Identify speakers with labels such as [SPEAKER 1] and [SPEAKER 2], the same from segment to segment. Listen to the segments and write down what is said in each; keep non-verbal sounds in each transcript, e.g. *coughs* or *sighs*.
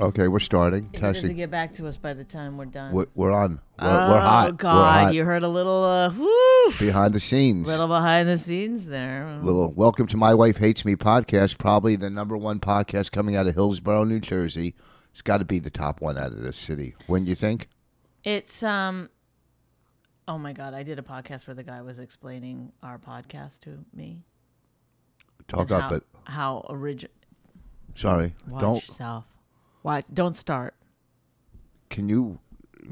[SPEAKER 1] Okay, we're starting.
[SPEAKER 2] If It doesn't
[SPEAKER 1] Testing.
[SPEAKER 2] get back to us by the time we're done.
[SPEAKER 1] We're, we're on. We're,
[SPEAKER 2] oh
[SPEAKER 1] we're hot. We're
[SPEAKER 2] God,
[SPEAKER 1] hot.
[SPEAKER 2] you heard a little, uh, whoo,
[SPEAKER 1] behind the scenes.
[SPEAKER 2] little behind the scenes there.
[SPEAKER 1] Little welcome to my wife hates me podcast. Probably the number one podcast coming out of Hillsborough, New Jersey. It's got to be the top one out of this city. Wouldn't you think?
[SPEAKER 2] It's um, oh my God, I did a podcast where the guy was explaining our podcast to me.
[SPEAKER 1] Talk
[SPEAKER 2] and
[SPEAKER 1] up,
[SPEAKER 2] how,
[SPEAKER 1] Oh, but
[SPEAKER 2] how original.
[SPEAKER 1] sorry.
[SPEAKER 2] Watch
[SPEAKER 1] Don't.
[SPEAKER 2] yourself. Watch. Don't start.
[SPEAKER 1] Can you?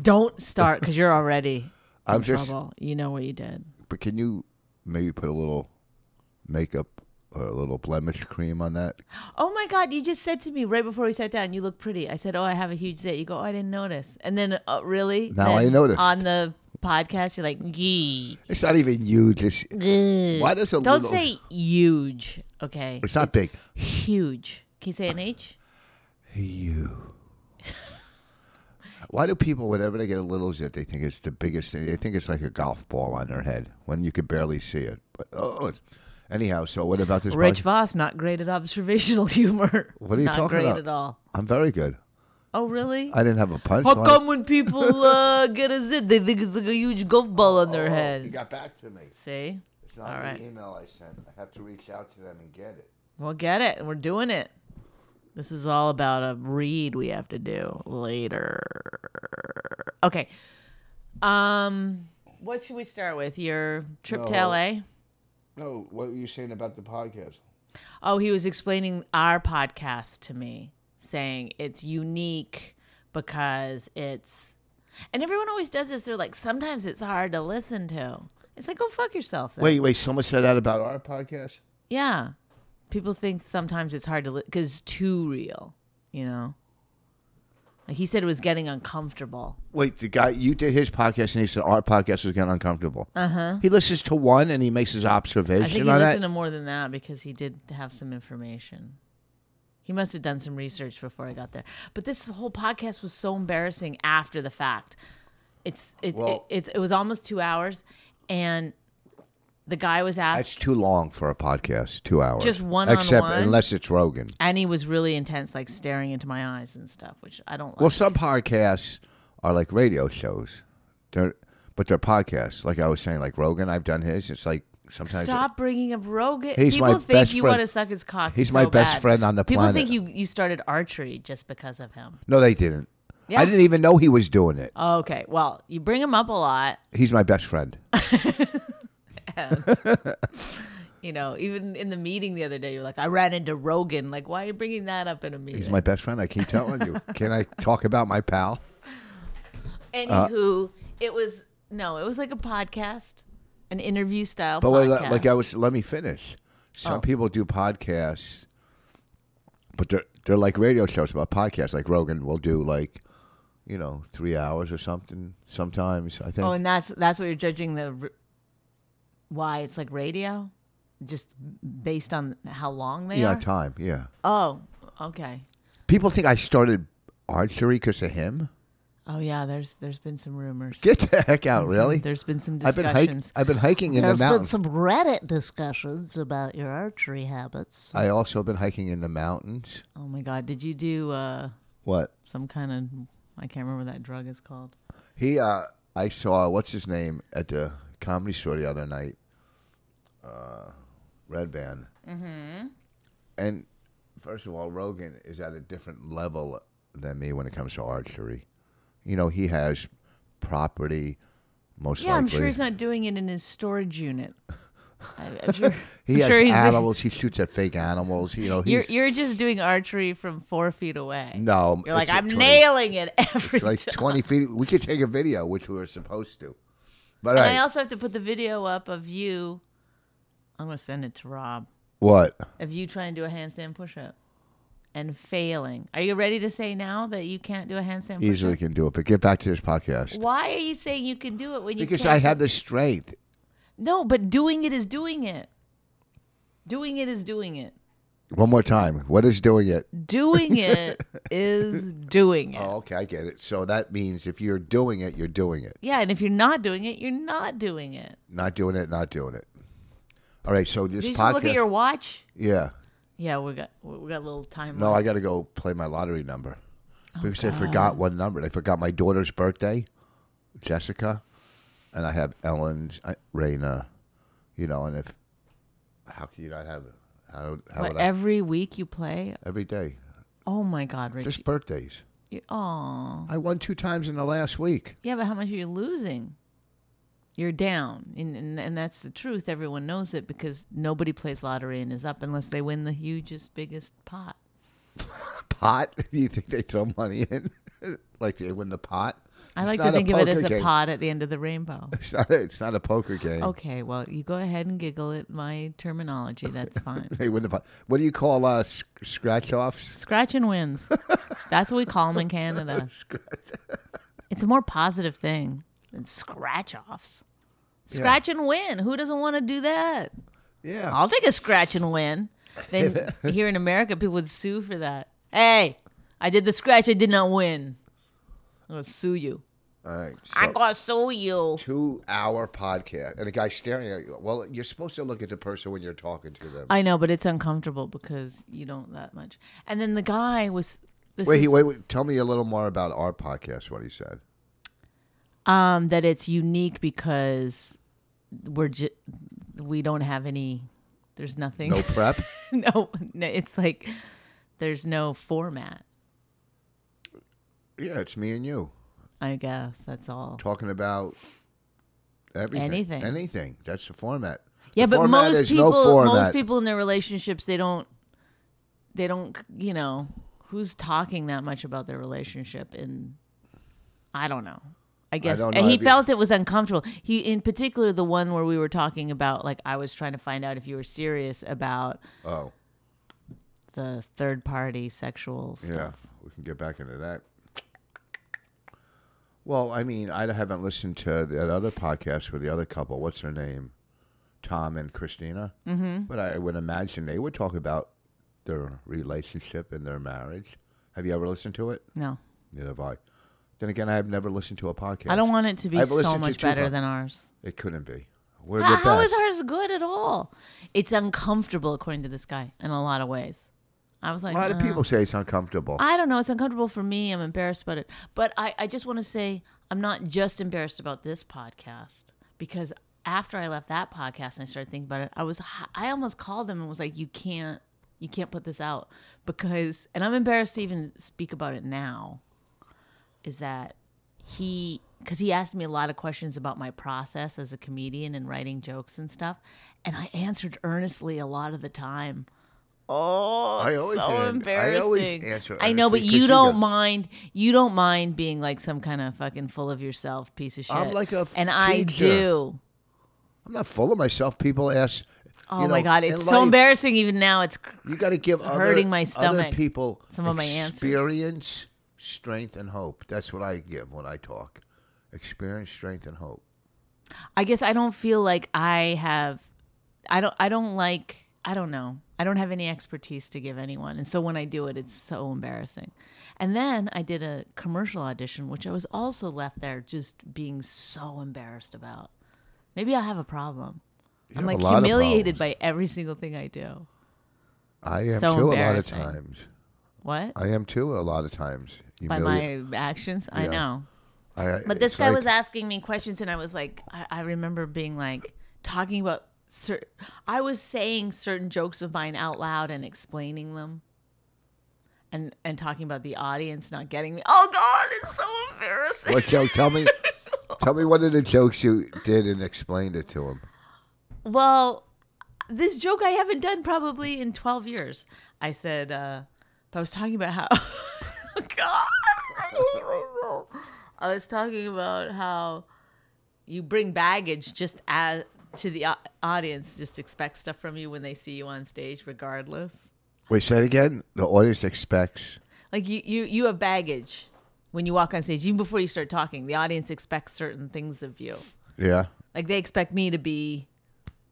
[SPEAKER 2] Don't start because you're already
[SPEAKER 1] I'm
[SPEAKER 2] in
[SPEAKER 1] just.
[SPEAKER 2] trouble. You know what you did.
[SPEAKER 1] But can you maybe put a little makeup or a little blemish cream on that?
[SPEAKER 2] Oh my God, you just said to me right before we sat down, you look pretty. I said, Oh, I have a huge zit. You go, Oh, I didn't notice. And then, uh, really?
[SPEAKER 1] Now
[SPEAKER 2] Then
[SPEAKER 1] I noticed.
[SPEAKER 2] On the podcast, you're like, Yee.
[SPEAKER 1] It's not even you. Just why
[SPEAKER 2] Why
[SPEAKER 1] does a
[SPEAKER 2] Don't
[SPEAKER 1] little-
[SPEAKER 2] say huge, okay?
[SPEAKER 1] it's not big.
[SPEAKER 2] Huge. Can you say an H?
[SPEAKER 1] You. Why do people, whenever they get a little zit, they think it's the biggest thing? They think it's like a golf ball on their head when you could barely see it. But oh, it's- anyhow, so what about this?
[SPEAKER 2] Rich
[SPEAKER 1] podcast?
[SPEAKER 2] Voss, not great at observational *laughs* humor.
[SPEAKER 1] What are you
[SPEAKER 2] not
[SPEAKER 1] talking
[SPEAKER 2] great
[SPEAKER 1] about?
[SPEAKER 2] at all.
[SPEAKER 1] I'm very good.
[SPEAKER 2] Oh, really?
[SPEAKER 1] I didn't have a punch.
[SPEAKER 2] How come when people uh, get a zit, they think it's like a huge golf ball on their
[SPEAKER 1] You
[SPEAKER 2] head?
[SPEAKER 1] Oh, got back to me.
[SPEAKER 2] See?
[SPEAKER 1] It's not
[SPEAKER 2] All
[SPEAKER 1] the
[SPEAKER 2] right.
[SPEAKER 1] email I sent. I have to reach out to them and get it.
[SPEAKER 2] We'll get it. and We're doing it. This is all about a read we have to do later. Okay. Um, what should we start with? Your trip to
[SPEAKER 1] No.
[SPEAKER 2] LA?
[SPEAKER 1] No, what were you saying about the podcast?
[SPEAKER 2] Oh, he was explaining our podcast to me, saying it's unique because it's and everyone always does this. They're like, sometimes it's hard to listen to. It's like, go fuck yourself. Then.
[SPEAKER 1] Wait, wait. Someone said that about our podcast.
[SPEAKER 2] Yeah. People think sometimes it's hard to because it's too real, you know? Like he said, it was getting uncomfortable.
[SPEAKER 1] Wait, the guy you did his podcast and he said our podcast is getting uncomfortable. Uh huh. He listens to one and he makes his observation
[SPEAKER 2] Uh-huh. I think he
[SPEAKER 1] on that.
[SPEAKER 2] listened to more than that because he did have some information. He must have done some research before I got there. But this whole podcast was so embarrassing after the fact. It's it
[SPEAKER 1] Well-
[SPEAKER 2] it, it, it was almost two hours, and the guy was asked.
[SPEAKER 1] That's too long for a podcast. Two hours.
[SPEAKER 2] Just one-on-one?
[SPEAKER 1] Except unless it's Rogan.
[SPEAKER 2] and he was really intense, like staring into my eyes and stuff, which I don't like.
[SPEAKER 1] Well, some podcasts are like radio shows. They're but they're podcasts. Like I was saying, like Rogan, I've done his. It's like sometimes
[SPEAKER 2] Stop bringing up Rogan.
[SPEAKER 1] He's
[SPEAKER 2] People
[SPEAKER 1] my
[SPEAKER 2] think
[SPEAKER 1] best
[SPEAKER 2] you
[SPEAKER 1] friend.
[SPEAKER 2] want to suck his cock.
[SPEAKER 1] He's
[SPEAKER 2] so
[SPEAKER 1] my best
[SPEAKER 2] bad.
[SPEAKER 1] friend on the
[SPEAKER 2] People
[SPEAKER 1] planet.
[SPEAKER 2] think you, you started archery just because of him.
[SPEAKER 1] no, they didn't.
[SPEAKER 2] Yeah.
[SPEAKER 1] I didn't even know he was doing it.
[SPEAKER 2] Okay, well, you bring him up a lot.
[SPEAKER 1] He's my best friend.
[SPEAKER 2] You know, even in the meeting the other day, you're like, I ran into Rogan. Like, why are you bringing that up in a meeting? *laughs*
[SPEAKER 1] He's my best friend. I keep telling you. Can I talk about my pal? uh,
[SPEAKER 2] Anywho, it was, no, it was like a podcast, an interview style
[SPEAKER 1] But wait,
[SPEAKER 2] podcast.
[SPEAKER 1] like, like I was, let me finish. Some people do podcasts, but they're they're like radio shows about podcasts. Like Rogan will do like, you know, three hours or something. Sometimes I think.
[SPEAKER 2] oh, and that's that's what you're judging the r- why it's like radio, just based on how long they
[SPEAKER 1] yeah,
[SPEAKER 2] are.
[SPEAKER 1] time. Yeah.
[SPEAKER 2] oh, okay.
[SPEAKER 1] People think I started archery because of him. *laughs*
[SPEAKER 2] Oh yeah, there's there's been some rumors.
[SPEAKER 1] Get the heck out! Really?
[SPEAKER 2] There's been some
[SPEAKER 1] I've been hiking.
[SPEAKER 2] Mm-hmm. discussions.
[SPEAKER 1] I've been hiking in
[SPEAKER 3] There's
[SPEAKER 1] the
[SPEAKER 3] been
[SPEAKER 1] mountains.
[SPEAKER 3] some Reddit discussions about your archery habits.
[SPEAKER 1] I also been hiking in the mountains.
[SPEAKER 2] oh my god, did you do uh,
[SPEAKER 1] What?
[SPEAKER 2] some kind of I can't remember what that drug is called.
[SPEAKER 1] He, uh, I saw what's his name at the comedy store the other night. Uh, Red Band. Mm-hmm. And first of all, Rogan is at a different level than me when it comes to archery. You know, he has property. Most
[SPEAKER 2] Yeah, I'm
[SPEAKER 1] likely. *laughs*
[SPEAKER 2] sure he's not doing it in his storage unit. I- I'm sure.
[SPEAKER 1] He
[SPEAKER 2] I'm
[SPEAKER 1] has
[SPEAKER 2] sure he's-
[SPEAKER 1] animals. He shoots at fake animals. You know,
[SPEAKER 2] *laughs* You're
[SPEAKER 1] he's
[SPEAKER 2] you're just doing archery from four feet away.
[SPEAKER 1] no.
[SPEAKER 2] You're like,
[SPEAKER 1] it's at
[SPEAKER 2] I'm
[SPEAKER 1] 20
[SPEAKER 2] nailing it *laughs* every
[SPEAKER 1] It's like
[SPEAKER 2] time.
[SPEAKER 1] 20 feet. We could take a video, which we were supposed to. But all
[SPEAKER 2] And I
[SPEAKER 1] right.
[SPEAKER 2] also have to put the video up of you. I'm gonna send it to Rob
[SPEAKER 1] what?
[SPEAKER 2] of you trying to do a handstand push-up and failing. Are you ready to say now that you can't do a handstand push-up?
[SPEAKER 1] Easily can do it. But get back to this podcast.
[SPEAKER 2] Why are you saying you can do it when you
[SPEAKER 1] Because
[SPEAKER 2] can't
[SPEAKER 1] I
[SPEAKER 2] do-
[SPEAKER 1] have the strength.
[SPEAKER 2] no? But doing it is doing it. Doing it is doing it.
[SPEAKER 1] One more time. What is doing it? *laughs*
[SPEAKER 2] Doing it is doing it.
[SPEAKER 1] Oh, okay. I get it. So that means if you're doing it, you're doing it.
[SPEAKER 2] Yeah, and if you're not doing it, you're not doing it.
[SPEAKER 1] Not doing it, not doing it. All right. So this
[SPEAKER 2] Did you
[SPEAKER 1] podcast.
[SPEAKER 2] just look at your watch?
[SPEAKER 1] yeah.
[SPEAKER 2] Yeah, we got we got a little time.
[SPEAKER 1] No,
[SPEAKER 2] left.
[SPEAKER 1] I got to go play my lottery number
[SPEAKER 2] Oh,
[SPEAKER 1] because I forgot one number. I forgot my daughter's birthday, Jessica, and I have Ellen's, I- Raina, you know, and if how can you not have it? How, how
[SPEAKER 2] What,
[SPEAKER 1] would I,
[SPEAKER 2] every week you play?
[SPEAKER 1] every day,
[SPEAKER 2] Oh my God, Rich!
[SPEAKER 1] just birthdays.
[SPEAKER 2] Oh,
[SPEAKER 1] I won two times in the last week.
[SPEAKER 2] yeah, but how much are you losing? You're down, and, and and that's the truth. Everyone knows it because nobody plays lottery and is up unless they win the hugest, biggest pot.
[SPEAKER 1] Pot? *laughs* you think they throw money in? *laughs* like they win the pot?
[SPEAKER 2] I
[SPEAKER 1] It's
[SPEAKER 2] like to
[SPEAKER 1] not a
[SPEAKER 2] think of it as
[SPEAKER 1] poker
[SPEAKER 2] a
[SPEAKER 1] game.
[SPEAKER 2] pot at the end of
[SPEAKER 1] *laughs*
[SPEAKER 2] the rainbow.
[SPEAKER 1] It's not a, it's not a poker game.
[SPEAKER 2] Okay, well, you go ahead and giggle at my terminology. That's fine. *laughs*
[SPEAKER 1] They win the pot. What do you call uh, sc- scratch offs?
[SPEAKER 2] Scratch and wins. That's what we call them in Canada. It's a more positive thing than scratch offs. Scratch and win. Who doesn't want to do that?
[SPEAKER 1] Yeah.
[SPEAKER 2] I'll take a scratch and win. Then
[SPEAKER 1] *laughs*
[SPEAKER 2] here in America, people would sue for that. Hey, I did the scratch. I did not win. I'm gonna sue you.
[SPEAKER 1] All right.
[SPEAKER 2] I'm
[SPEAKER 1] so-
[SPEAKER 2] gonna sue you.
[SPEAKER 1] two hour podcast and the guy staring at you well you're supposed to look at the person when you're talking to them
[SPEAKER 2] I know, but it's uncomfortable because you don't that much. And then the guy was. This
[SPEAKER 1] wait, he,
[SPEAKER 2] is-
[SPEAKER 1] wait wait tell me a little more about our podcast what he said
[SPEAKER 2] Um, that it's unique because we're ju- we don't have any. There's nothing. *laughs*
[SPEAKER 1] no prep
[SPEAKER 2] no, no, it's like there's no format.
[SPEAKER 1] yeah it's me and you
[SPEAKER 2] I guess that's all.
[SPEAKER 1] talking about everything
[SPEAKER 2] Anything.
[SPEAKER 1] anything that's the format
[SPEAKER 2] yeah,
[SPEAKER 1] The
[SPEAKER 2] but
[SPEAKER 1] format
[SPEAKER 2] most
[SPEAKER 1] is no
[SPEAKER 2] people, most
[SPEAKER 1] format.
[SPEAKER 2] people in their relationships, they don't, they don't, you know, who's talking that much about their relationship? And I don't know. I guess
[SPEAKER 1] don't
[SPEAKER 2] and
[SPEAKER 1] know.
[SPEAKER 2] he
[SPEAKER 1] Have you-
[SPEAKER 2] felt it was uncomfortable. He, in particular, the one where we were talking about, like, I was trying to find out if you were serious about
[SPEAKER 1] oh
[SPEAKER 2] the third party sexual stuff.
[SPEAKER 1] yeah we can get back into that well i mean i haven't listened to that other podcast with the other couple what's her name tom and christina mm-hmm. but i would imagine they would talk about their relationship and their marriage have you ever listened to it
[SPEAKER 2] No,
[SPEAKER 1] Neither have I. Then again, I have never listened to a podcast.
[SPEAKER 2] I don't want it to be
[SPEAKER 1] I've listened
[SPEAKER 2] so
[SPEAKER 1] to
[SPEAKER 2] much
[SPEAKER 1] two
[SPEAKER 2] better
[SPEAKER 1] pod-
[SPEAKER 2] than ours.
[SPEAKER 1] It couldn't be. We're
[SPEAKER 2] Ah,
[SPEAKER 1] the
[SPEAKER 2] how is
[SPEAKER 1] best.
[SPEAKER 2] ours good at all? It's uncomfortable, according to this guy, in a lot of ways. I was like,
[SPEAKER 1] a lot of
[SPEAKER 2] "Uh,
[SPEAKER 1] people say it's uncomfortable.
[SPEAKER 2] I don't know. It's uncomfortable for me. I'm embarrassed about it. But I, I just want to say I'm not just embarrassed about this podcast because after I left that podcast and I started thinking about it, I was h- I almost called him and was like, "You can't, you can't put this out because." And I'm embarrassed to even speak about it now. Is that he? Because he asked me a lot of questions about my process as a comedian and writing jokes and stuff, and I answered earnestly a lot of the time. Oh,
[SPEAKER 1] I
[SPEAKER 2] it's
[SPEAKER 1] always
[SPEAKER 2] so
[SPEAKER 1] an- I
[SPEAKER 2] embarrassing.
[SPEAKER 1] always answer
[SPEAKER 2] I know, but
[SPEAKER 1] honestly 'cause
[SPEAKER 2] you
[SPEAKER 1] you
[SPEAKER 2] don't
[SPEAKER 1] don't.
[SPEAKER 2] mind. You don't mind being like some kind of fucking full of yourself piece of shit.
[SPEAKER 1] I'm like a f-
[SPEAKER 2] and I
[SPEAKER 1] teacher.
[SPEAKER 2] do.
[SPEAKER 1] I'm not full of myself. People ask.
[SPEAKER 2] Oh
[SPEAKER 1] you
[SPEAKER 2] my
[SPEAKER 1] know,
[SPEAKER 2] god,
[SPEAKER 1] in
[SPEAKER 2] it's so
[SPEAKER 1] life,
[SPEAKER 2] embarrassing. Even now, it's cr-
[SPEAKER 1] You got to give other,
[SPEAKER 2] hurting my
[SPEAKER 1] Other
[SPEAKER 2] stomach,
[SPEAKER 1] people
[SPEAKER 2] some of my answers.
[SPEAKER 1] experience, strength, and hope. That's what I give when I talk. Experience, strength, and hope.
[SPEAKER 2] I guess I don't feel like I have I don't I don't like I don't know. I don't have any expertise to give anyone. And so when I do it it's so embarrassing. And then I did a commercial audition which I was also left there just being so embarrassed about. Maybe I have a problem. I'm
[SPEAKER 1] have
[SPEAKER 2] like
[SPEAKER 1] a lot of
[SPEAKER 2] humiliated
[SPEAKER 1] problems.
[SPEAKER 2] by every single thing I do.
[SPEAKER 1] I am
[SPEAKER 2] So
[SPEAKER 1] too a lot of
[SPEAKER 2] embarrassing.
[SPEAKER 1] times.
[SPEAKER 2] What?
[SPEAKER 1] I am too a lot of times.
[SPEAKER 2] by
[SPEAKER 1] Humili-
[SPEAKER 2] my actions? I
[SPEAKER 1] Yeah.
[SPEAKER 2] know.
[SPEAKER 1] I,
[SPEAKER 2] But this
[SPEAKER 1] it's
[SPEAKER 2] guy
[SPEAKER 1] like-
[SPEAKER 2] was asking me questions, and I was like, I, I remember being like talking about certain. I was saying certain jokes of mine out loud and explaining them, and and talking about the audience not getting me. Oh God, it's so embarrassing.
[SPEAKER 1] What joke? Tell
[SPEAKER 2] *laughs*
[SPEAKER 1] me. tell me one of the jokes you did and explained it to him.
[SPEAKER 2] Well, this joke I haven't done probably in 12 years. I said, uh, I was talking about how. *laughs* God. I was talking about how you bring baggage just as, to the au- audience, just expect stuff from you when they see you on stage, regardless.
[SPEAKER 1] Wait, say it again. The audience expects.
[SPEAKER 2] Like you, you, you have baggage when you walk on stage, even before you start talking. The audience expects certain things of you.
[SPEAKER 1] Yeah.
[SPEAKER 2] Like they expect me to be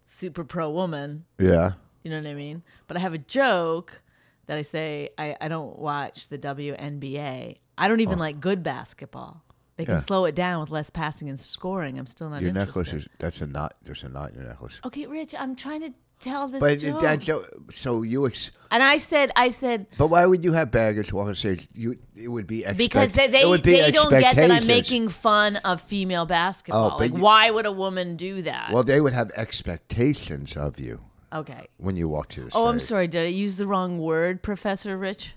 [SPEAKER 2] super pro woman.
[SPEAKER 1] Yeah.
[SPEAKER 2] You know what I mean? But I have a joke that I say I, I don't watch the WNBA. I don't even like good basketball. They can
[SPEAKER 1] Oh. Yeah.
[SPEAKER 2] slow it down with less passing and scoring. I'm still not
[SPEAKER 1] Your
[SPEAKER 2] interested.
[SPEAKER 1] necklace is. That's a knot. There's a knot in your necklace.
[SPEAKER 2] Okay, Rich, I'm trying to tell Oh, this
[SPEAKER 1] But uh,
[SPEAKER 2] joke.
[SPEAKER 1] that joke- so you. Ex-
[SPEAKER 2] and I said, I said,
[SPEAKER 1] but why would you have baggage walking stage? You. It would be. Expect-
[SPEAKER 2] because they
[SPEAKER 1] it
[SPEAKER 2] they,
[SPEAKER 1] would be
[SPEAKER 2] they don't get that I'm
[SPEAKER 1] expectations. Oh,
[SPEAKER 2] making fun of female basketball.
[SPEAKER 1] but
[SPEAKER 2] like,
[SPEAKER 1] you-
[SPEAKER 2] why would a woman do that?
[SPEAKER 1] Well, they would have expectations of you
[SPEAKER 2] okay.
[SPEAKER 1] when you walk to the stage.
[SPEAKER 2] Oh, I'm sorry. Did I use the wrong word, Professor Rich?
[SPEAKER 1] *laughs*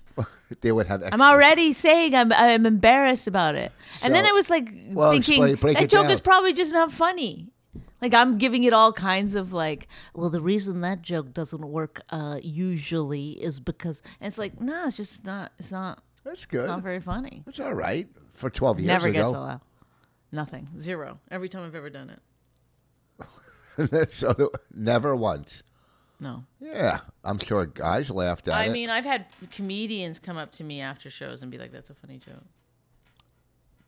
[SPEAKER 1] They would have. Ex-
[SPEAKER 2] I'm already saying I'm I'm embarrassed about it. and then
[SPEAKER 1] So-
[SPEAKER 2] I was like
[SPEAKER 1] Well,
[SPEAKER 2] thinking
[SPEAKER 1] explain- break
[SPEAKER 2] that
[SPEAKER 1] it
[SPEAKER 2] joke
[SPEAKER 1] down.
[SPEAKER 2] is probably just not funny. Like I'm giving it all kinds of like
[SPEAKER 4] Well, the reason that joke doesn't work uh, usually is because
[SPEAKER 2] and it's like nah, it's just not it's not
[SPEAKER 1] That's
[SPEAKER 2] it's
[SPEAKER 1] good.
[SPEAKER 2] not very funny.
[SPEAKER 1] That's all right for 12 Uh, years
[SPEAKER 2] Never gets a
[SPEAKER 1] ago.
[SPEAKER 2] laugh. Nothing. Zero. Every time I've ever done
[SPEAKER 1] *laughs*
[SPEAKER 2] it.
[SPEAKER 1] so never once.
[SPEAKER 2] No.
[SPEAKER 1] Yeah, I'm sure guys laughed at
[SPEAKER 2] I
[SPEAKER 1] it.
[SPEAKER 2] mean, I've had comedians come up to me after shows and be like, "That's a funny joke."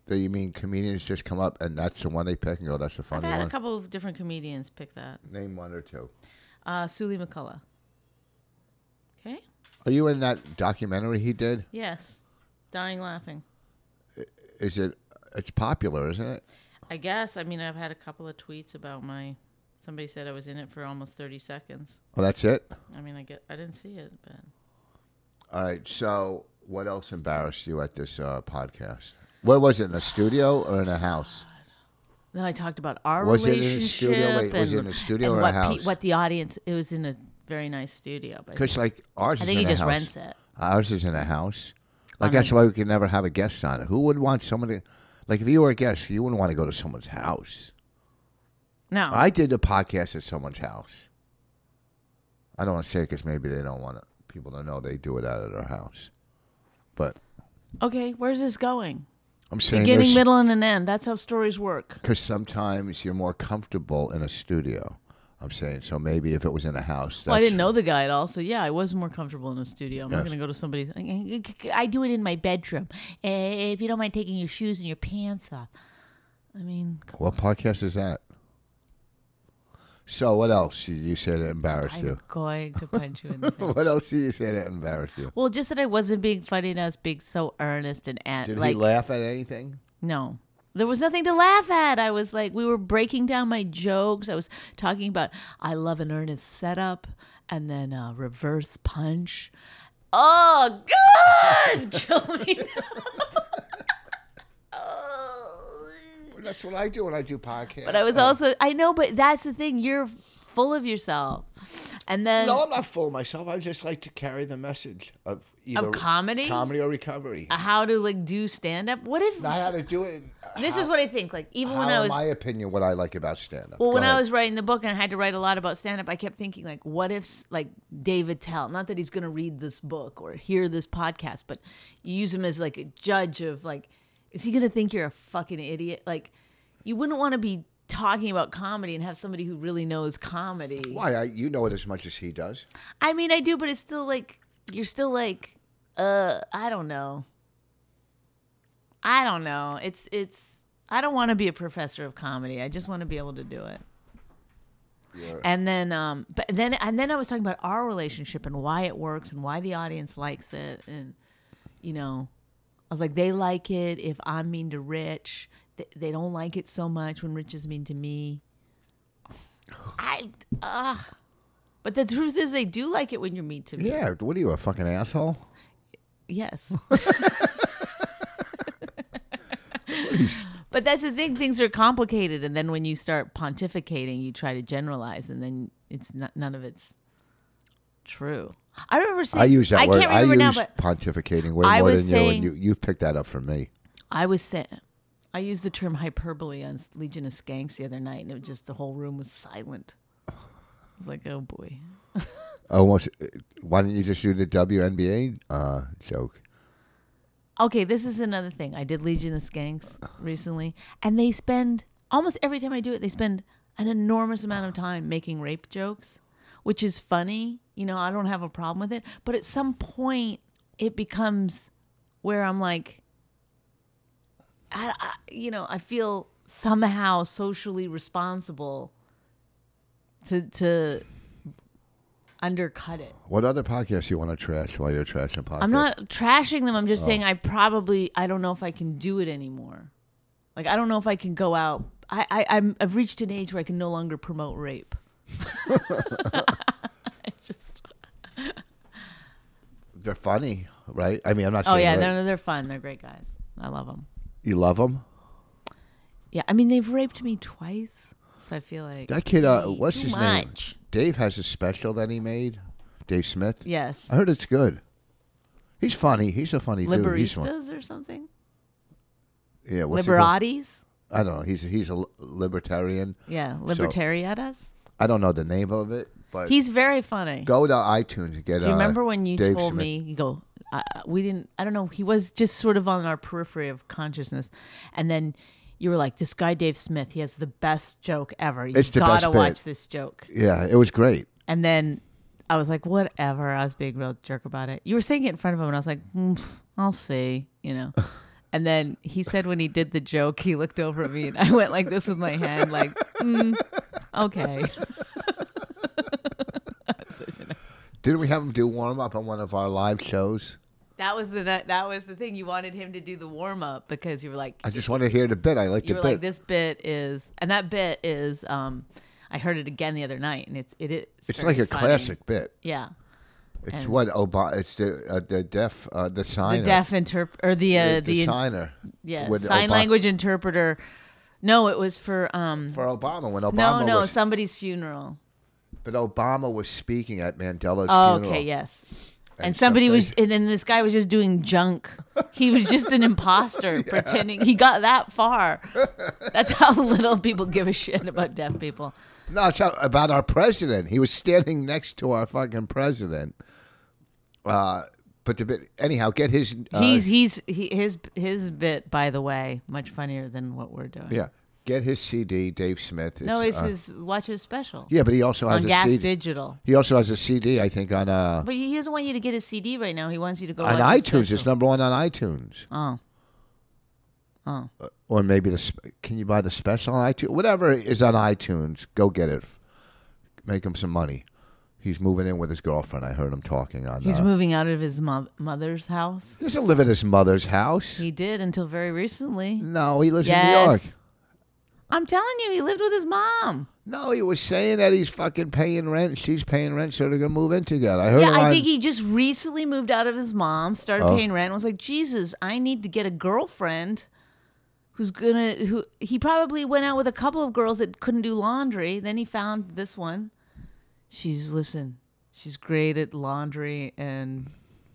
[SPEAKER 1] Do you mean comedians just come up and that's the one they pick and go, that's the
[SPEAKER 2] I've
[SPEAKER 1] funny
[SPEAKER 2] had
[SPEAKER 1] one?
[SPEAKER 2] a couple of different comedians pick that.
[SPEAKER 1] Name one or two.
[SPEAKER 2] Uh, Suli McCullough. Okay.
[SPEAKER 1] Are you in that documentary he did?
[SPEAKER 2] Yes. Dying laughing.
[SPEAKER 1] Is it? It's popular, isn't it?
[SPEAKER 2] I guess. I mean, I've had a couple of tweets about my. Somebody said I was in it for almost 30 seconds.
[SPEAKER 1] Oh, that's it.
[SPEAKER 2] I mean, I get. I didn't see it, but
[SPEAKER 1] All right. So, what else embarrassed you at this uh, podcast? Where was it? In a studio or in a house?
[SPEAKER 2] then I talked about our
[SPEAKER 1] Was it in a
[SPEAKER 2] relationship.
[SPEAKER 1] studio? Wait,
[SPEAKER 2] and,
[SPEAKER 1] was it in a studio
[SPEAKER 2] and
[SPEAKER 1] or a
[SPEAKER 2] what
[SPEAKER 1] house?
[SPEAKER 2] what the audience? It was in a very nice studio, but
[SPEAKER 1] Because like ours
[SPEAKER 2] I
[SPEAKER 1] is
[SPEAKER 2] think
[SPEAKER 1] in
[SPEAKER 2] he
[SPEAKER 1] a
[SPEAKER 2] just
[SPEAKER 1] house.
[SPEAKER 2] rents it.
[SPEAKER 1] Ours is in a house. Like that's why we can never have a guest on it. Who would want somebody? Like if you were a guest, you wouldn't want to go to someone's house.
[SPEAKER 2] no,
[SPEAKER 1] I did a podcast at someone's house. I don't want to say it because maybe they don't want it, people to know they do it out of their house. But
[SPEAKER 2] okay. Where's this going?
[SPEAKER 1] I'm saying
[SPEAKER 2] Beginning, middle, and an end. That's how stories work.
[SPEAKER 1] because sometimes you're more comfortable in a studio. I'm saying so. Maybe if it was in a house,
[SPEAKER 2] Well, I
[SPEAKER 1] that's-
[SPEAKER 2] didn't know the guy at all, so yeah, I was more comfortable in a studio. I'm not
[SPEAKER 1] Yes.
[SPEAKER 2] going to go to somebody's. I do it in my bedroom. Eh, If you don't mind taking your shoes and your pants off, I mean,
[SPEAKER 1] What podcast is that? So what else did you say that embarrassed
[SPEAKER 2] I'm
[SPEAKER 1] you?
[SPEAKER 2] going to punch you in the
[SPEAKER 1] *laughs*
[SPEAKER 2] face.
[SPEAKER 1] What else did you say that embarrassed you?
[SPEAKER 2] Well, just that I wasn't being funny and I was being so earnest and at,
[SPEAKER 1] Did
[SPEAKER 2] like,
[SPEAKER 1] he laugh at anything?
[SPEAKER 2] no. There was nothing to laugh at. I was like, we were breaking down my jokes. I was talking about I love an earnest setup and then uh, reverse punch. Oh, God! *laughs* Kill me. *laughs*
[SPEAKER 1] That's what I do when I do podcasts.
[SPEAKER 2] Oh. But I was also, I know, but that's the thing. You're full of yourself. And then,
[SPEAKER 1] No, I'm not full of myself. I just like to carry the message of either
[SPEAKER 2] comedy?
[SPEAKER 1] comedy or recovery.
[SPEAKER 2] how to like do stand up. What if
[SPEAKER 1] Not how to do it. in-
[SPEAKER 2] this is what I think? Like, even
[SPEAKER 1] how,
[SPEAKER 2] when I was.
[SPEAKER 1] in my opinion, what I like about stand up.
[SPEAKER 2] Well, when I was writing the book and I had to write a lot about stand up, I kept thinking, like, what if, like, David Tell, not that he's going to read this book or hear this podcast, but you use him as, like, a judge of, like, is he going to think you're a fucking idiot? Like, you wouldn't want to be talking about comedy and have somebody who really knows comedy.
[SPEAKER 1] why I, you know it as much as he does.
[SPEAKER 2] I mean, I do, but it's still like, you're still like, uh, I don't know. I don't know. It's, it's, I don't want to be a professor of comedy. I just want to be able to do it. And then, um, but then, and then I was talking about our relationship and why it works and why the audience likes it. And, you know, I was like, they like it if I'm mean to Rich. They, they don't like it so much when Rich is mean to me. I, ugh. But the truth is, they do like it when you're mean to me.
[SPEAKER 1] Yeah, what are you, a fucking asshole?
[SPEAKER 2] Yes.
[SPEAKER 1] *laughs*
[SPEAKER 2] *laughs* but that's the thing. Things are complicated, and then when you start pontificating, you try to generalize, and then it's not, none of it's true. I remember saying
[SPEAKER 1] I use that
[SPEAKER 2] I
[SPEAKER 1] word.
[SPEAKER 2] can't remember
[SPEAKER 1] I
[SPEAKER 2] now,
[SPEAKER 1] use
[SPEAKER 2] but
[SPEAKER 1] pontificating way
[SPEAKER 2] I
[SPEAKER 1] more
[SPEAKER 2] was
[SPEAKER 1] than
[SPEAKER 2] saying-
[SPEAKER 1] you, and you, you picked that up from me.
[SPEAKER 2] I was saying I used the term hyperbole on Legion of Skanks the other night, and it was just the whole room was silent. was like, oh boy.
[SPEAKER 1] Almost. uh, Why didn't you just do the WNBA uh, joke?
[SPEAKER 2] Okay, this is another thing. I did Legion of Skanks recently, and they spend almost every time I do it, they spend an enormous amount of time making rape jokes, which is funny. You know, I don't have a problem with it, but at some point, it becomes where I'm like, I, I you know, I feel somehow socially responsible to to undercut it.
[SPEAKER 1] What other podcasts you want to trash while you're trashing podcasts?
[SPEAKER 2] I'm not trashing them. I'm
[SPEAKER 1] Oh.
[SPEAKER 2] just saying I probably I don't know if I can do it anymore. Like I don't know if I can go out. I, I I'm I've reached an age where I can no longer promote rape. I just
[SPEAKER 1] They're funny, right? I mean, I'm not.
[SPEAKER 2] oh
[SPEAKER 1] saying,
[SPEAKER 2] yeah,
[SPEAKER 1] right?
[SPEAKER 2] they're they're fun. They're great guys. I love them.
[SPEAKER 1] You love them.
[SPEAKER 2] Yeah, I mean they've raped me twice, so I feel like
[SPEAKER 1] That kid. Uh,
[SPEAKER 2] hey,
[SPEAKER 1] what's
[SPEAKER 2] too
[SPEAKER 1] his name?
[SPEAKER 2] much.
[SPEAKER 1] Dave has a special that he made. Dave Smith.
[SPEAKER 2] Yes,
[SPEAKER 1] I heard it's good. He's funny. He's a funny dude. He's one.
[SPEAKER 2] liberistas or something.
[SPEAKER 1] Yeah, what's he called?
[SPEAKER 2] Liberatis.
[SPEAKER 1] I don't know. He's he's a li- libertarian.
[SPEAKER 2] Yeah, libertariatas.
[SPEAKER 1] I don't know the name of it, but
[SPEAKER 2] He's very funny.
[SPEAKER 1] go to iTunes and get.
[SPEAKER 2] Do you
[SPEAKER 1] uh,
[SPEAKER 2] remember when you
[SPEAKER 1] Dave
[SPEAKER 2] told
[SPEAKER 1] Smith.
[SPEAKER 2] me you go? Uh, we didn't. I don't know. He was just sort of on our periphery of consciousness, and then you were like, "This guy Dave Smith, he has the best joke ever. You
[SPEAKER 1] It's the best
[SPEAKER 2] gotta
[SPEAKER 1] bit."
[SPEAKER 2] watch this joke."
[SPEAKER 1] Yeah, it was great.
[SPEAKER 2] And then I was like, "Whatever." I was being a real jerk about it. You were saying it in front of him, and I was like, mm, "I'll see,"
[SPEAKER 1] *laughs*
[SPEAKER 2] you know. And then he said when he did the joke, he looked over at me, and I went like this with my hand, like, mm, "Okay."
[SPEAKER 1] Didn't we have him do warm up on one of our live shows?
[SPEAKER 2] *laughs* That was the that, that was the thing you wanted him to do the warm up because you were like
[SPEAKER 1] I just want to hear the bit. I like
[SPEAKER 2] you
[SPEAKER 1] the
[SPEAKER 2] were
[SPEAKER 1] bit.
[SPEAKER 2] like this bit is and that bit is um I heard it again the other night and it's it is
[SPEAKER 1] it's
[SPEAKER 2] very
[SPEAKER 1] like a
[SPEAKER 2] funny.
[SPEAKER 1] classic bit.
[SPEAKER 2] yeah
[SPEAKER 1] It's
[SPEAKER 2] And-
[SPEAKER 1] what Obama. It's the uh, the deaf uh, the
[SPEAKER 2] the
[SPEAKER 1] signer
[SPEAKER 2] deaf interpret or the uh,
[SPEAKER 1] the,
[SPEAKER 2] the,
[SPEAKER 1] the
[SPEAKER 2] in-
[SPEAKER 1] signer
[SPEAKER 2] yeah
[SPEAKER 1] with
[SPEAKER 2] sign
[SPEAKER 1] Oba-
[SPEAKER 2] language interpreter no it was for um
[SPEAKER 1] for Obama when Obama
[SPEAKER 2] no no
[SPEAKER 1] was
[SPEAKER 2] somebody's funeral
[SPEAKER 1] but Obama was speaking at Mandela's
[SPEAKER 2] oh,
[SPEAKER 1] funeral.
[SPEAKER 2] okay yes and,
[SPEAKER 1] And
[SPEAKER 2] somebody was
[SPEAKER 1] something-
[SPEAKER 2] and then this guy was just doing junk he was just
[SPEAKER 1] *laughs*
[SPEAKER 2] an imposter pretending he got that far that's how *laughs* little people give a shit about deaf people
[SPEAKER 1] No, it's not about our president. He was standing next to our fucking president. Uh, but the bit, anyhow, get his. Uh,
[SPEAKER 2] he's he's he, his his bit by the way much funnier than what we're doing
[SPEAKER 1] yeah. Get his CD, Dave Smith. It's,
[SPEAKER 2] no it's
[SPEAKER 1] uh,
[SPEAKER 2] his watch his special
[SPEAKER 1] yeah, but he also has
[SPEAKER 2] on
[SPEAKER 1] a
[SPEAKER 2] gas
[SPEAKER 1] CD.
[SPEAKER 2] digital
[SPEAKER 1] He also has a CD, I think, on uh,
[SPEAKER 2] but he doesn't want you to get his cd right now he wants you to go
[SPEAKER 1] on
[SPEAKER 2] watch his
[SPEAKER 1] iTunes. It's
[SPEAKER 2] special.
[SPEAKER 1] number one on iTunes, Uh,
[SPEAKER 2] oh
[SPEAKER 1] or maybe the. sp- Can you buy the special on iTunes? Whatever is on iTunes, go get it. Make him some money. He's moving in with his girlfriend. I heard him talking on.
[SPEAKER 2] he's
[SPEAKER 1] uh,
[SPEAKER 2] moving out of his mo- mother's house
[SPEAKER 1] he doesn't live at his mother's house.
[SPEAKER 2] he did until very recently
[SPEAKER 1] no, he lives in New York.
[SPEAKER 2] yes i'm telling you he lived with his mom
[SPEAKER 1] No, he was saying that he's fucking paying rent. She's paying rent, so they're gonna move in together. I heard.
[SPEAKER 2] Yeah,
[SPEAKER 1] him
[SPEAKER 2] I
[SPEAKER 1] on-
[SPEAKER 2] think he just recently moved out of his mom, started
[SPEAKER 1] Oh.
[SPEAKER 2] paying rent, and was like, Jesus, I need to get a girlfriend who's gonna who he probably went out with a couple of girls that couldn't do laundry. Then he found this one. She's listen, she's great at laundry and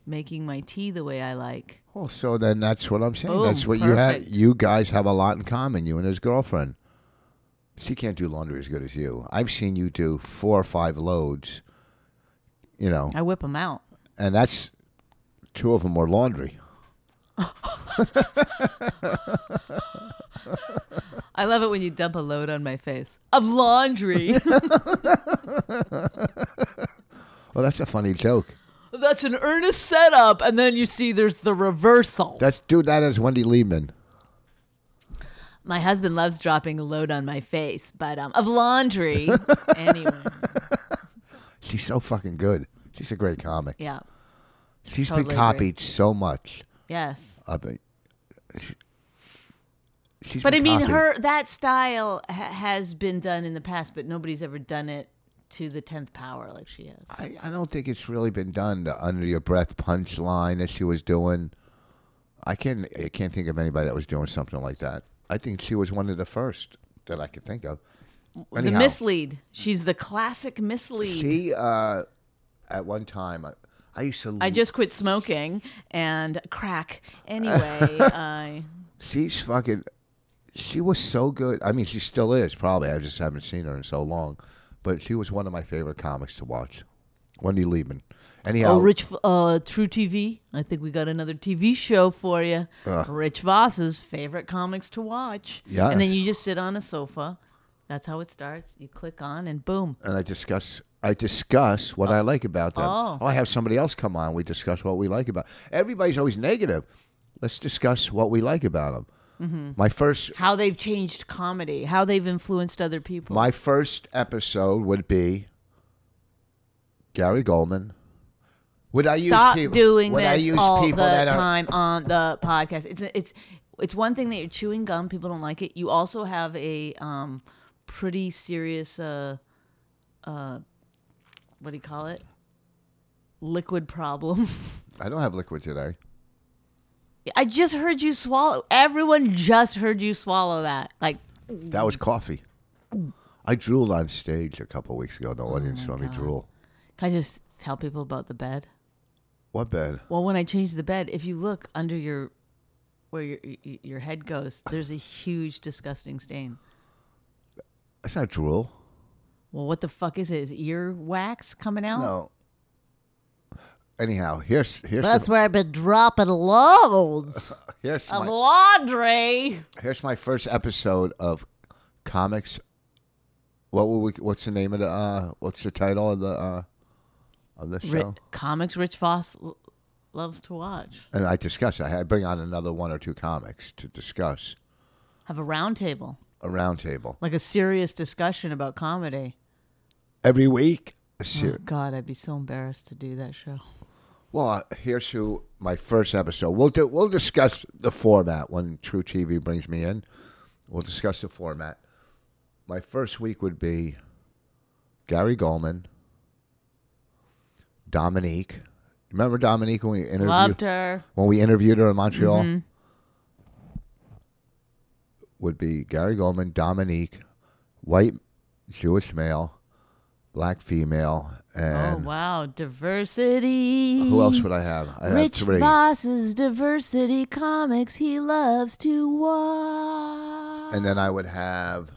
[SPEAKER 2] making my tea the way I like.
[SPEAKER 1] Well, so then that's what I'm saying.
[SPEAKER 2] Boom,
[SPEAKER 1] that's what you
[SPEAKER 2] perfect.
[SPEAKER 1] have. You guys have a lot in common. You and his girlfriend. She can't do laundry as good as you. I've seen you do four or five loads. You know,
[SPEAKER 2] I whip him out.
[SPEAKER 1] and that's two of them were laundry.
[SPEAKER 2] I love it when you dump a load on my face of laundry.
[SPEAKER 1] Well, Oh, that's a funny joke.
[SPEAKER 2] That's an earnest setup, and then you see there's the reversal.
[SPEAKER 1] That's do that as Wendy Liebman.
[SPEAKER 2] My husband loves dropping a load on my face, but um,
[SPEAKER 1] *laughs*
[SPEAKER 2] of laundry. anyway,
[SPEAKER 1] She's so fucking good. She's a great comic.
[SPEAKER 2] yeah,
[SPEAKER 1] She's
[SPEAKER 2] Totally agree.
[SPEAKER 1] been copied so much.
[SPEAKER 2] yes,
[SPEAKER 1] I mean, she- she's
[SPEAKER 2] but I
[SPEAKER 1] been
[SPEAKER 2] mean,
[SPEAKER 1] copied.
[SPEAKER 2] her that style ha- has been done in the past, but nobody's ever done it to the tenth power like she has.
[SPEAKER 1] I, I don't think it's really been done. The under your breath punchline that she was doing. I can't. I can't think of anybody that was doing something like that. I think she was one of the first that I could think of.
[SPEAKER 2] The
[SPEAKER 1] Anyhow,
[SPEAKER 2] mislead, she's the classic mislead.
[SPEAKER 1] She uh, at one time. I, I used to.
[SPEAKER 2] I just quit smoking and crack.
[SPEAKER 1] *laughs*
[SPEAKER 2] Anyway, I
[SPEAKER 1] She's fucking. She was so good. I mean, she still is probably. I just haven't seen her in so long. but she was one of my favorite comics to watch. Wendy Liebman. Anyhow,
[SPEAKER 2] Oh, Rich, uh, True TV. I think we got another TV show for you. Rich Voss's favorite comics to watch. And
[SPEAKER 1] Yes.
[SPEAKER 2] then you just sit on a sofa. That's how it starts. You click on, and boom.
[SPEAKER 1] and I discuss I discuss what I like about them.
[SPEAKER 2] Oh.
[SPEAKER 1] I have somebody else come on. We discuss what we like about. Everybody's always negative. Let's discuss what we like about them.
[SPEAKER 2] Mm-hmm.
[SPEAKER 1] My first
[SPEAKER 2] How they've changed comedy. How they've influenced other people.
[SPEAKER 1] my first episode would be Gary Goldman. Would I
[SPEAKER 2] Stop
[SPEAKER 1] use people?
[SPEAKER 2] doing
[SPEAKER 1] would
[SPEAKER 2] this
[SPEAKER 1] I use
[SPEAKER 2] all
[SPEAKER 1] people
[SPEAKER 2] the
[SPEAKER 1] that are-
[SPEAKER 2] time on the podcast. It's it's it's one thing that you're chewing gum. People don't like it. You also have a um, pretty serious uh, uh, what do you call it? Liquid problem. *laughs*
[SPEAKER 1] I don't have liquid today.
[SPEAKER 2] I just heard you swallow. Everyone just heard you swallow that. Like
[SPEAKER 1] That was coffee. I drooled on stage a couple weeks ago. The
[SPEAKER 2] Oh
[SPEAKER 1] audience saw me drool.
[SPEAKER 2] Can I just tell people about the bed?
[SPEAKER 1] What bed?
[SPEAKER 2] Well, when I changed the bed, if you look under your where your y- your head goes, there's a huge disgusting stain.
[SPEAKER 1] That's not drool.
[SPEAKER 2] Well, what the fuck is it? Is ear wax coming out?
[SPEAKER 1] No. Anyhow, here's here's the- uh,
[SPEAKER 2] That's where I've been dropping
[SPEAKER 1] *laughs*
[SPEAKER 2] loads
[SPEAKER 1] Here's
[SPEAKER 2] of
[SPEAKER 1] my,
[SPEAKER 2] laundry.
[SPEAKER 1] here's my first episode of comics. What will we? What's the name of the? Uh, what's the title of the uh, of the show?
[SPEAKER 2] Ri- comics Rich Foss l- loves to watch.
[SPEAKER 1] And I discuss. I had- bring on another one or two comics to discuss
[SPEAKER 2] Have a round table,
[SPEAKER 1] a roundtable
[SPEAKER 2] like a serious discussion about comedy.
[SPEAKER 1] every week.
[SPEAKER 2] Oh,
[SPEAKER 1] Ser-
[SPEAKER 2] God, I'd be so embarrassed to do that show.
[SPEAKER 1] Well, uh, here's who my first episode. We'll do, we'll discuss the format when True TV brings me in. We'll discuss the format. My first week would be Gary Goldman, Dominique. Remember Dominique when we interviewed
[SPEAKER 2] Loved her. Mm-hmm.
[SPEAKER 1] when we interviewed her in Montreal? Would be Gary Goldman, Dominique, white Jewish male, black female,
[SPEAKER 2] Oh
[SPEAKER 1] and
[SPEAKER 2] wow, diversity.
[SPEAKER 1] who else would I have? I have
[SPEAKER 2] Rich
[SPEAKER 1] three.
[SPEAKER 2] Voss's diversity comics he loves to watch.
[SPEAKER 1] and then I would have,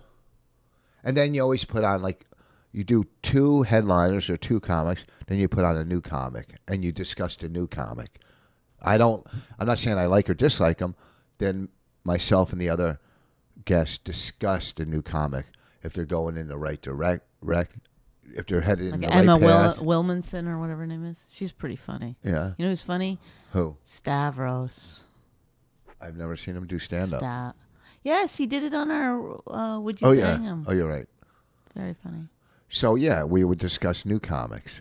[SPEAKER 1] and then you always put on like, you do two headliners or two comics, then you put on a new comic and you discuss the new comic. I don't. I'm not saying I like or dislike them. Then myself and the other guests discuss the new comic if they're going in the right direct, direct if they're headed in
[SPEAKER 2] Like
[SPEAKER 1] the
[SPEAKER 2] Emma
[SPEAKER 1] right path.
[SPEAKER 2] Wil- Wilmanson or whatever her name is. She's pretty funny.
[SPEAKER 1] yeah.
[SPEAKER 2] You know who's funny?
[SPEAKER 1] Who?
[SPEAKER 2] Stavros.
[SPEAKER 1] I've never seen him do stand up.
[SPEAKER 2] Sta- Yes, he did it on our uh, Would You
[SPEAKER 1] Oh
[SPEAKER 2] Bang
[SPEAKER 1] yeah.
[SPEAKER 2] Him?
[SPEAKER 1] Oh, you're right.
[SPEAKER 2] Very funny.
[SPEAKER 1] So yeah, we would discuss new comics.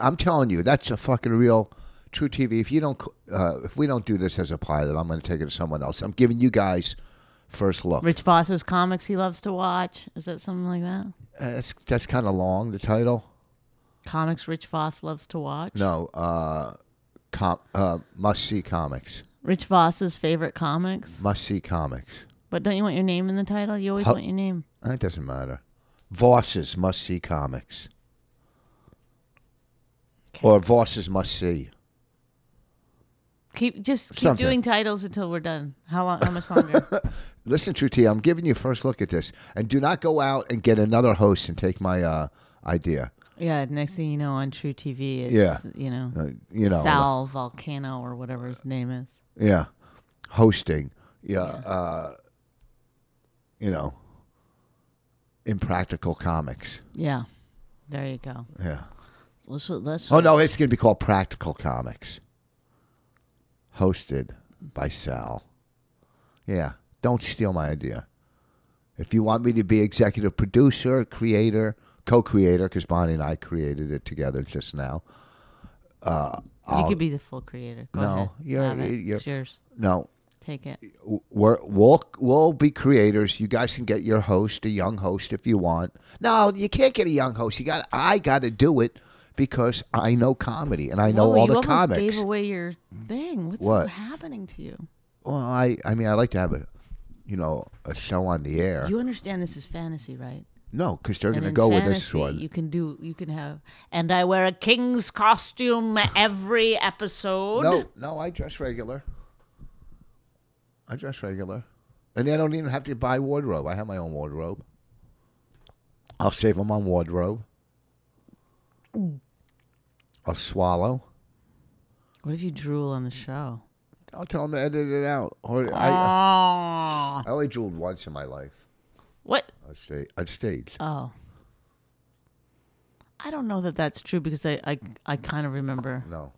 [SPEAKER 1] I'm telling you, that's a fucking real true TV. If you don't, uh, if we don't do this as a pilot, I'm going to take it to someone else. I'm giving you guys first look.
[SPEAKER 2] Rich Voss's comics he loves to watch. Is that something like that?
[SPEAKER 1] Uh, that's that's kind of long. The title?
[SPEAKER 2] Comics Rich Voss loves to watch.
[SPEAKER 1] No, uh, com- uh, must see comics.
[SPEAKER 2] Rich Voss's favorite comics.
[SPEAKER 1] Must see comics.
[SPEAKER 2] But don't you want your name in the title? You always
[SPEAKER 1] How-
[SPEAKER 2] want your name.
[SPEAKER 1] That doesn't matter. Voss's must see comics, or Voss's must see.
[SPEAKER 2] Keep just keep
[SPEAKER 1] Something.
[SPEAKER 2] doing titles until we're done. How long? How much longer?
[SPEAKER 1] *laughs* Listen, True T, I'm giving you first look at this, and do not go out and get another host and take my uh, idea.
[SPEAKER 2] yeah. Next thing you know, on True TV, it's
[SPEAKER 1] Yeah.
[SPEAKER 2] you know,
[SPEAKER 1] Uh, you know,
[SPEAKER 2] Sal Volcano or whatever his name is.
[SPEAKER 1] yeah, hosting, yeah, Uh, you know, impractical comics,
[SPEAKER 2] Yeah. There you go.
[SPEAKER 1] yeah.
[SPEAKER 2] Let's let's
[SPEAKER 1] Oh no, it's gonna be called Practical Comics, hosted by Sal. Yeah, don't steal my idea. If you want me to be executive producer, creator, co-creator, because Bonnie and I created it together just now. uh,
[SPEAKER 2] you could be the full creator. Go
[SPEAKER 1] Oh. No,
[SPEAKER 2] ahead.
[SPEAKER 1] you're-
[SPEAKER 2] Have it.
[SPEAKER 1] you're-
[SPEAKER 2] It's yours.
[SPEAKER 1] No,
[SPEAKER 2] Take it.
[SPEAKER 1] we're, we'll we'll be creators. You guys can get your host, a young host, if you want. No, you can't get a young host. You got I got to do it because I know comedy and I know all
[SPEAKER 2] Whoa, Oh, you
[SPEAKER 1] the
[SPEAKER 2] almost
[SPEAKER 1] comics.
[SPEAKER 2] Gave away your thing. What's
[SPEAKER 1] What?
[SPEAKER 2] happening to you?
[SPEAKER 1] well, I I mean I like to have a you know a show on the air.
[SPEAKER 2] You understand this is fantasy, right?
[SPEAKER 1] no, because they're
[SPEAKER 2] And
[SPEAKER 1] going to go
[SPEAKER 2] in
[SPEAKER 1] with this
[SPEAKER 2] fantasy,
[SPEAKER 1] one.
[SPEAKER 2] You can do. You can have. And I wear a king's costume every episode.
[SPEAKER 1] no, no, I dress regular. I dress regular, and I don't even have to buy wardrobe. I have my own wardrobe. I'll save them on wardrobe. I'll swallow.
[SPEAKER 2] What if you drool on the show?
[SPEAKER 1] I'll tell them to edit it out. Or I, uh, I only drooled once in my life
[SPEAKER 5] What?
[SPEAKER 1] on stage. On stage.
[SPEAKER 2] Oh. I don't know that that's true because I, I, I kind of remember.
[SPEAKER 1] No.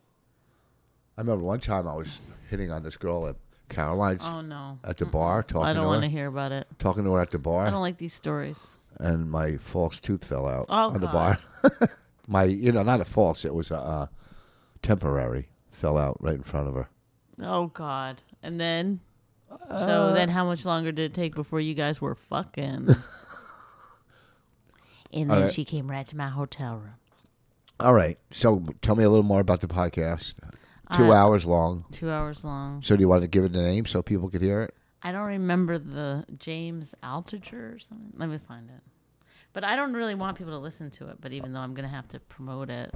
[SPEAKER 1] I remember one time I was hitting on this girl at Caroline's
[SPEAKER 2] Oh, no.
[SPEAKER 1] at the bar, talking
[SPEAKER 2] Mm-hmm. I don't
[SPEAKER 1] to
[SPEAKER 2] want
[SPEAKER 1] her,
[SPEAKER 2] to hear about it.
[SPEAKER 1] talking to her at the
[SPEAKER 2] I don't
[SPEAKER 1] bar,
[SPEAKER 2] like these stories.
[SPEAKER 1] and my false tooth fell out
[SPEAKER 2] Oh,
[SPEAKER 1] on the
[SPEAKER 2] God.
[SPEAKER 1] bar. *laughs* my, you know, not a false. It was a uh, temporary. Fell out right in front of her.
[SPEAKER 2] Oh, God. And then?
[SPEAKER 1] Uh,
[SPEAKER 2] so then how much longer did it take before you guys
[SPEAKER 1] *laughs*
[SPEAKER 2] were fucking? and then
[SPEAKER 1] right.
[SPEAKER 2] she came right to my hotel room.
[SPEAKER 1] All right. So tell me a little more about the podcast. Two
[SPEAKER 2] I-
[SPEAKER 1] hours long.
[SPEAKER 2] Two hours long.
[SPEAKER 1] So do you want to give it a name so people could hear it?
[SPEAKER 2] I don't remember the James Altucher or something. Let me find it. But I don't really want people to listen to it. But even though I'm gonna have to promote it,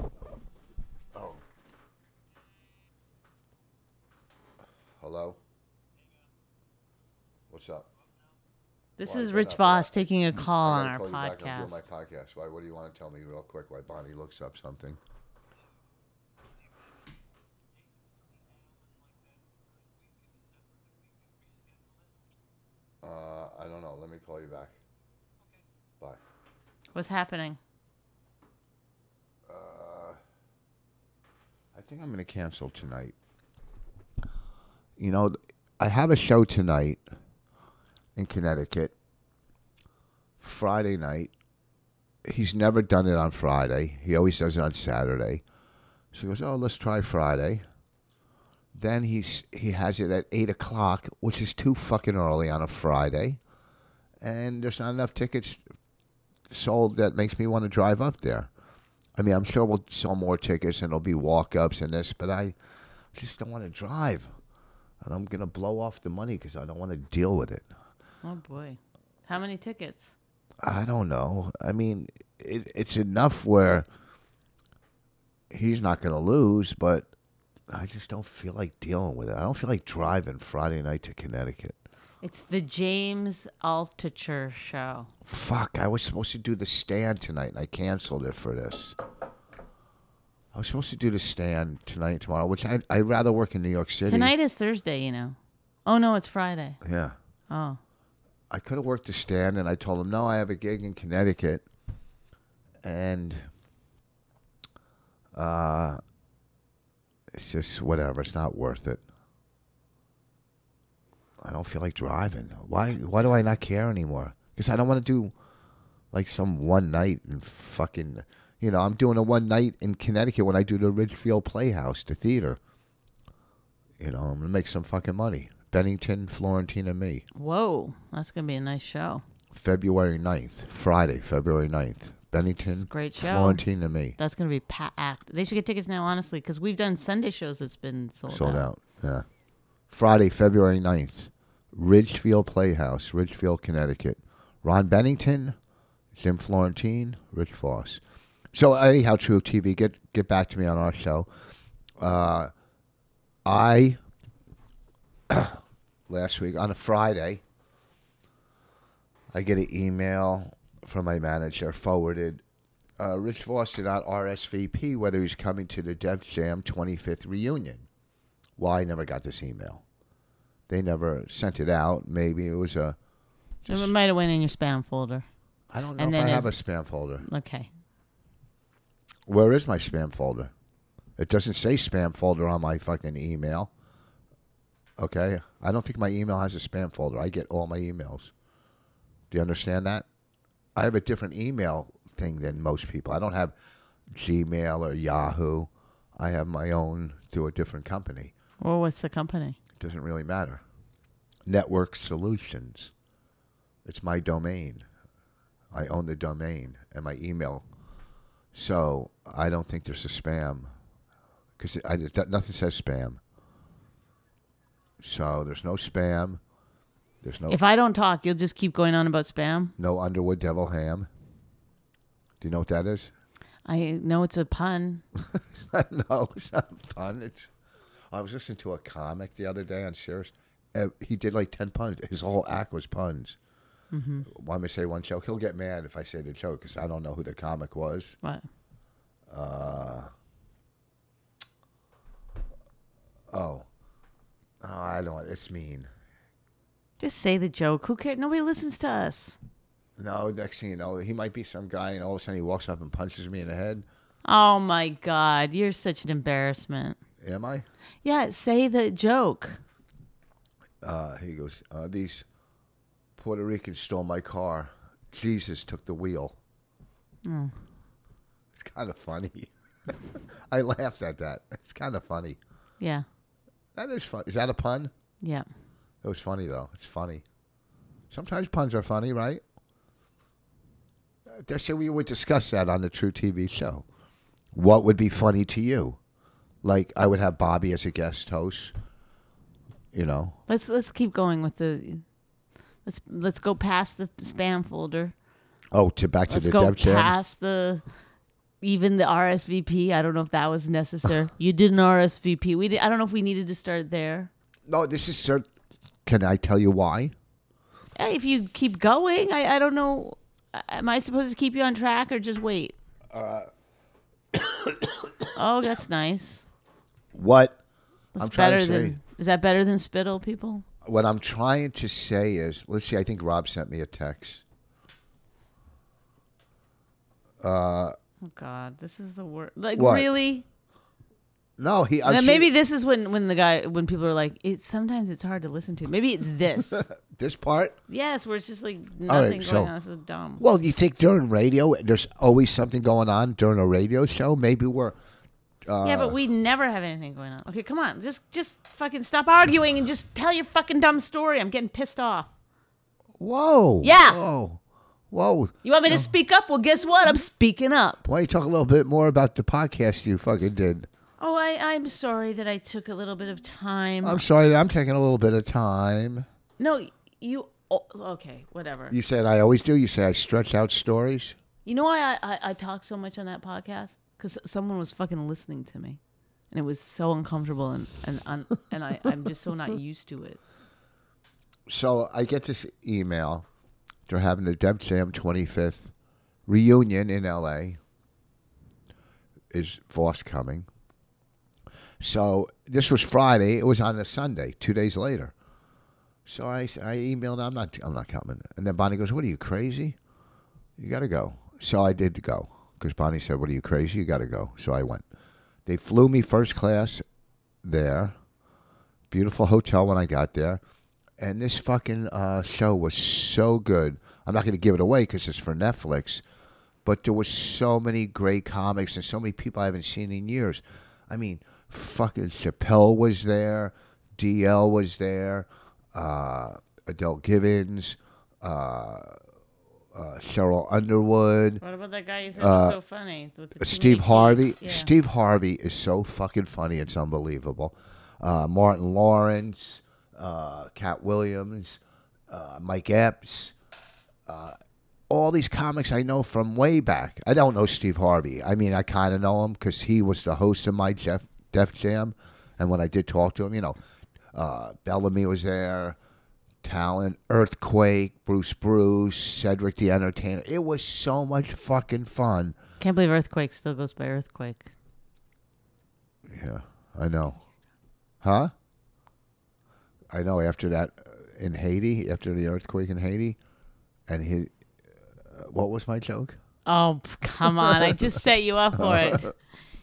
[SPEAKER 1] Hello. What's up?
[SPEAKER 2] this
[SPEAKER 1] Why is
[SPEAKER 2] is
[SPEAKER 1] that
[SPEAKER 2] Rich
[SPEAKER 1] up?
[SPEAKER 2] Voss taking a call
[SPEAKER 1] I
[SPEAKER 2] on
[SPEAKER 1] gotta
[SPEAKER 2] our
[SPEAKER 1] call you back and do
[SPEAKER 2] podcast.
[SPEAKER 1] my podcast. Why? What do you want to tell me real quick? Why Bonnie looks up something? Uh, I don't know. Let me call you back. Bye.
[SPEAKER 2] What's happening?
[SPEAKER 1] Uh, I think I'm going to cancel tonight. You know, th- I have a show tonight in Connecticut. Friday night. He's never done it on Friday. He always does it on Saturday. So he goes, "Oh, let's try Friday." Then he's he has it at eight o'clock, which is too fucking early on a Friday, and there's not enough tickets sold that makes me want to drive up there. I mean, I'm sure we'll sell more tickets and there'll be walk ups and this, but I just don't want to drive. And I'm going to blow off the money because I don't want to deal with it.
[SPEAKER 2] Oh boy, how many tickets?
[SPEAKER 1] I don't know. I mean, it, it's enough where he's not going to lose, but I just don't feel like dealing with it. I don't feel like driving Friday night to Connecticut.
[SPEAKER 2] It's the James Altucher show.
[SPEAKER 1] Fuck, I was supposed to do the stand tonight and I canceled it for this. I was supposed to do the stand tonight and tomorrow, which I, I'd rather work in New York City.
[SPEAKER 2] Tonight is Thursday, you know. Oh no, it's Friday.
[SPEAKER 1] Yeah.
[SPEAKER 2] Oh,
[SPEAKER 1] I could have worked the stand, and I told him, no, I have a gig in Connecticut, and uh, it's just whatever. It's not worth it. I don't feel like driving. Why? Why do I not care anymore? Because I don't want to do like some one night and fucking. You know, I'm doing a one night in Connecticut when I do the Ridgefield Playhouse, the theater. You know, I'm gonna make some fucking money. Bennington, Florentine, and me.
[SPEAKER 2] whoa, that's gonna be a nice show.
[SPEAKER 1] February 9th, Friday, February 9th. Bennington,
[SPEAKER 2] great show.
[SPEAKER 1] Florentine and me.
[SPEAKER 2] That's gonna be pat act. They should get tickets now, honestly, because we've done Sunday shows that's been sold,
[SPEAKER 1] Sold out. Yeah. Friday, February 9th, Ridgefield Playhouse, Ridgefield, Connecticut. Ron Bennington, Jim Florentine, Rich Foss. So anyhow, True TV, get get back to me on our show. Uh, I *coughs* last week on a Friday, I get an email from my manager forwarded. Uh, Rich Voss did not RSVP whether he's coming to the Def Jam 25th reunion. Well, I never got this email. They never sent it out. Maybe it was a.
[SPEAKER 2] It might have went in your spam folder.
[SPEAKER 1] I don't know
[SPEAKER 2] And
[SPEAKER 1] if I
[SPEAKER 2] then
[SPEAKER 1] have a
[SPEAKER 2] is-
[SPEAKER 1] spam folder.
[SPEAKER 2] Okay.
[SPEAKER 1] Where is my spam folder? It doesn't say spam folder on my fucking email. Okay? I don't think my email has a spam folder. I get all my emails. Do you understand that? I have a different email thing than most people. I don't have Gmail or Yahoo. I have my own through a different company.
[SPEAKER 2] Well, what's the company?
[SPEAKER 1] It doesn't really matter. Network Solutions. It's my domain. I own the domain and my email. So I don't think there's a spam because nothing says spam. So there's no spam. There's no
[SPEAKER 2] If I don't talk, you'll just keep going on about spam.
[SPEAKER 1] no Underwood Devil Ham. Do you know what that is?
[SPEAKER 2] I know it's a pun.
[SPEAKER 1] *laughs* no, it's not fun. It's, I was listening to a comic the other day on Sirius. Uh, he did like 10 puns. His whole act was puns. Want me to say one joke? He'll get mad if I say the joke because I don't know who the comic was. Uh,
[SPEAKER 2] Right.
[SPEAKER 1] Oh, oh I don't. It's mean.
[SPEAKER 2] Just say the joke. Who cares? Nobody listens to us.
[SPEAKER 1] No, next thing you know, he might be some guy, and all of a sudden he walks up and punches me in the head.
[SPEAKER 2] Oh my God, you're such an embarrassment.
[SPEAKER 1] Am I?
[SPEAKER 2] Yeah, say the joke.
[SPEAKER 1] Uh, he goes, uh, "These Puerto Ricans stole my car. Jesus took the wheel."
[SPEAKER 2] Hmm.
[SPEAKER 1] It's kind of funny. *laughs* I laughed at that. It's kind of funny.
[SPEAKER 2] Yeah,
[SPEAKER 1] That is fun. Is that a pun?
[SPEAKER 2] yeah.
[SPEAKER 1] It was funny though. It's funny. Sometimes puns are funny, right? Uh, They say we would discuss that on the True TV show. What would be funny to you? Like I would have Bobby as a guest host. You know,
[SPEAKER 2] Let's let's keep going with the. Let's let's go past the spam folder.
[SPEAKER 1] oh, to back to
[SPEAKER 2] Let's
[SPEAKER 1] the
[SPEAKER 2] go
[SPEAKER 1] dev jam.
[SPEAKER 2] past the even the RSVP. I don't know if that was
[SPEAKER 1] *laughs*
[SPEAKER 2] necessary. you did an RSVP. We did, I don't know if we needed to start there.
[SPEAKER 1] No, this is cert- Can I tell you why?
[SPEAKER 2] Eh, If you keep going, I, I don't know. a- Am I supposed to keep you on track or just wait?
[SPEAKER 1] Uh, *coughs*
[SPEAKER 2] oh, that's nice.
[SPEAKER 1] What
[SPEAKER 2] That's
[SPEAKER 1] I'm trying
[SPEAKER 2] better
[SPEAKER 1] to say-
[SPEAKER 2] than is that better than spittle people?
[SPEAKER 1] what I'm trying to say is, let's see. I think Rob sent me a text.
[SPEAKER 2] Oh God, this is the worst. Like
[SPEAKER 1] What?
[SPEAKER 2] really?
[SPEAKER 1] No, he. I'm
[SPEAKER 2] Now,
[SPEAKER 1] see-
[SPEAKER 2] maybe this is when when the guy when people are like, it's sometimes it's hard to listen to. Maybe it's
[SPEAKER 1] *laughs*
[SPEAKER 2] this.
[SPEAKER 1] uh, this part.
[SPEAKER 2] yes, where it's just like
[SPEAKER 1] right,
[SPEAKER 2] nothing going
[SPEAKER 1] so-
[SPEAKER 2] on. This is dumb.
[SPEAKER 1] Well, you think during radio, there's always something going on during a radio show. Maybe we're uh,
[SPEAKER 2] yeah, but we never have anything going on. Okay, come on, just just fucking stop arguing and just tell your fucking dumb story. I'm getting pissed off.
[SPEAKER 1] whoa,
[SPEAKER 2] Yeah.
[SPEAKER 1] whoa, whoa.
[SPEAKER 2] You want me to speak up? Well, guess what? I'm speaking up.
[SPEAKER 1] Why don't you talk a little bit more about the podcast you fucking did?
[SPEAKER 2] Oh, I I'm sorry that I took a little bit of time.
[SPEAKER 1] I'm sorry, that I'm taking a little bit of time.
[SPEAKER 2] no, you. Oh, okay, whatever.
[SPEAKER 1] You said I always do. You say I stretch out stories.
[SPEAKER 2] You know why I, I, I talk so much on that podcast? Because someone was fucking listening to me. And it was so uncomfortable. And, and, and, and I, I'm just so not used to it.
[SPEAKER 1] So I get this email. They're having the Deb Jam 25th reunion in L.A. Is Voss coming? So this was Friday. It was on a Sunday, two days later. So I, s- I emailed, I'm not, I'm not coming. And then Bonnie goes, what are you, crazy? You got to go. So I did go because Bonnie said, what are you, crazy? You got to go. So I went. They flew me first class there. Beautiful hotel when I got there. And this fucking uh, show was so good. I'm not going to give it away because it's for Netflix. But there was so many great comics and so many people I haven't seen in years. I mean, fucking Chappelle was there, DL was there, uh, Adele Givens, uh, uh, Cheryl Underwood,
[SPEAKER 2] *laughs* What about that guy you said was so funny? With the
[SPEAKER 1] Uh, Steve Harvey. Steve Harvey is so fucking funny. It's unbelievable. Uh, Martin Lawrence, uh, Cat Williams, uh, Mike Epps, uh, all these comics I know from way back. I don't know Steve Harvey. I mean, I kind of know him because he was the host of my Jeff, Def Jam. And when I did talk to him, you know, uh, Bellamy was there, Talent, Earthquake, Bruce Bruce, Cedric the Entertainer. It was so much fucking fun.
[SPEAKER 2] Can't believe Earthquake still goes by Earthquake.
[SPEAKER 1] Yeah, I know. Huh? I know. After that, uh, in Haiti, after the earthquake in Haiti, and he, uh, what was my joke?
[SPEAKER 2] Oh, p- come on. I just set you up
[SPEAKER 1] *laughs*
[SPEAKER 2] for it.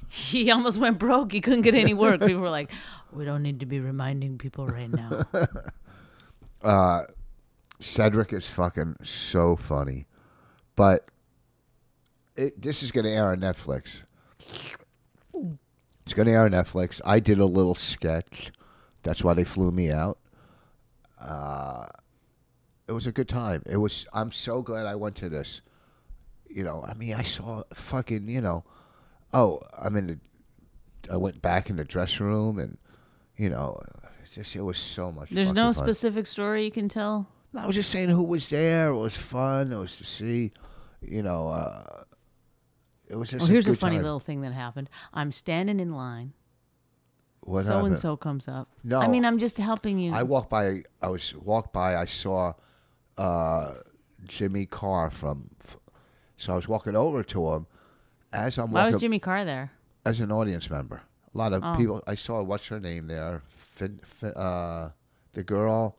[SPEAKER 2] He almost went broke. He couldn't get any work. People were like, we don't need to be reminding people
[SPEAKER 1] *laughs*
[SPEAKER 2] right now.
[SPEAKER 1] Uh, Cedric is fucking so funny, but it, this is going to air on Netflix. It's going to air on Netflix. I did a little sketch. That's why they flew me out. Uh, it was a good time. It was. I'm so glad I went to this. You know, I mean, I saw fucking. You know, oh, I'm in the. I went back in the dressing room and, you know, it's just it was so much.
[SPEAKER 2] There's
[SPEAKER 1] fucking
[SPEAKER 2] no
[SPEAKER 1] fun.
[SPEAKER 2] specific story you can tell.
[SPEAKER 1] I was just saying who was there. It was fun. It was to see, you know. Uh, it was just.
[SPEAKER 2] Well, here's
[SPEAKER 1] a,
[SPEAKER 2] a,
[SPEAKER 1] good
[SPEAKER 2] funny
[SPEAKER 1] time.
[SPEAKER 2] little thing that happened. I'm standing in line.
[SPEAKER 1] What
[SPEAKER 2] So and
[SPEAKER 1] happened?
[SPEAKER 2] so comes up.
[SPEAKER 1] No.
[SPEAKER 2] I mean, I'm just helping you.
[SPEAKER 1] I walked by. I was walked by. I saw uh, Jimmy Carr from. f- So I was walking over to him as I'm
[SPEAKER 2] Why
[SPEAKER 1] walking
[SPEAKER 2] was Oh. Jimmy Carr there?
[SPEAKER 1] as an audience member. A lot of people. I saw what's her name there, fin, fin, uh, the girl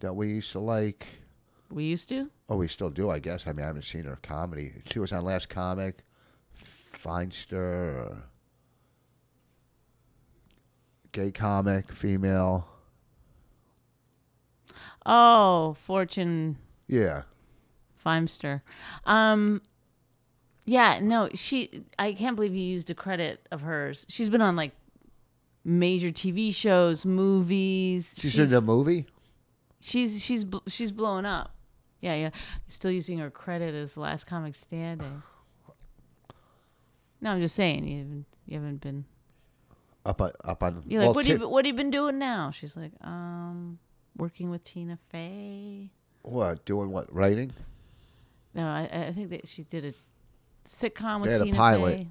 [SPEAKER 1] that we used to like.
[SPEAKER 2] We used to.
[SPEAKER 1] Oh, we still do, I guess. I mean, I haven't seen her comedy. She was on Last Comic, Feinster, uh, or gay comic, female.
[SPEAKER 2] Oh, Fortune
[SPEAKER 1] Yeah,
[SPEAKER 2] Feimster. Um, yeah, no, she. I can't believe you used a credit of hers. She's been on like major TV shows, movies.
[SPEAKER 1] she's, in the movie.
[SPEAKER 2] she's she's bl- she's blown up. Yeah, yeah. Still using her credit as last comic standing. *sighs* No, I'm just saying you haven't you haven't been.
[SPEAKER 1] Up on, up on.
[SPEAKER 2] You're like,
[SPEAKER 1] well,
[SPEAKER 2] what have
[SPEAKER 1] Ti-
[SPEAKER 2] you what have you been doing now? She's like, um, working with Tina Fey.
[SPEAKER 1] what doing? What writing?
[SPEAKER 2] No, I, I think that she did a sitcom with
[SPEAKER 1] They had a
[SPEAKER 2] Tina
[SPEAKER 1] pilot.
[SPEAKER 2] Fey.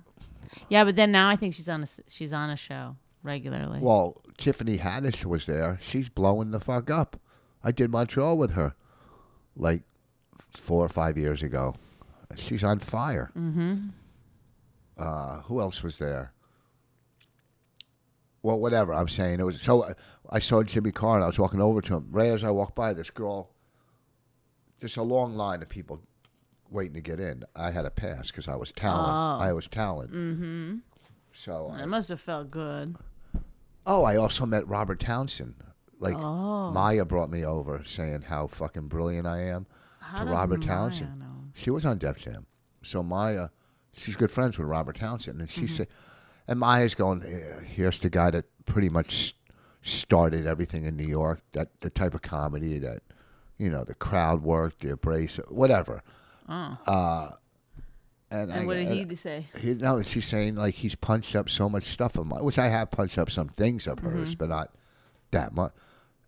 [SPEAKER 2] Yeah, but then now I think she's on a s- she's on a show regularly.
[SPEAKER 1] Well, Tiffany Haddish was there. She's blowing the fuck up. I did Montreal with her, like four or five years ago. She's on fire. Mm-hmm. Uh, who else was there? Well, whatever I'm saying. It was so. I- I saw Jimmy Carr and I was walking over to him. Right as I walked by, this girl. There's a long line of people waiting to get in. I had a pass because I was talent. I was talent. Oh. Mm-hmm. So I-
[SPEAKER 2] it must have felt good.
[SPEAKER 1] Oh, I also met Robert Townsend. Like
[SPEAKER 2] Oh.
[SPEAKER 1] Maya brought me over saying how fucking brilliant I am to
[SPEAKER 2] does
[SPEAKER 1] Robert
[SPEAKER 2] Maya
[SPEAKER 1] Townsend.
[SPEAKER 2] know?
[SPEAKER 1] She was on Def Jam. So Maya, she's good friends with Robert Townsend and
[SPEAKER 2] Mm-hmm.
[SPEAKER 1] she said and Maya's going, "Eh, here's the guy that pretty much started everything in New York, that the type of comedy that you know, the crowd work, the embrace, whatever. Uh, and I-
[SPEAKER 2] Oh. And what did
[SPEAKER 1] and-
[SPEAKER 2] he say?
[SPEAKER 1] he, no, she's saying like he's punched up so much stuff of mine, which I have punched up some things of hers,
[SPEAKER 2] Mm-hmm.
[SPEAKER 1] but not that much.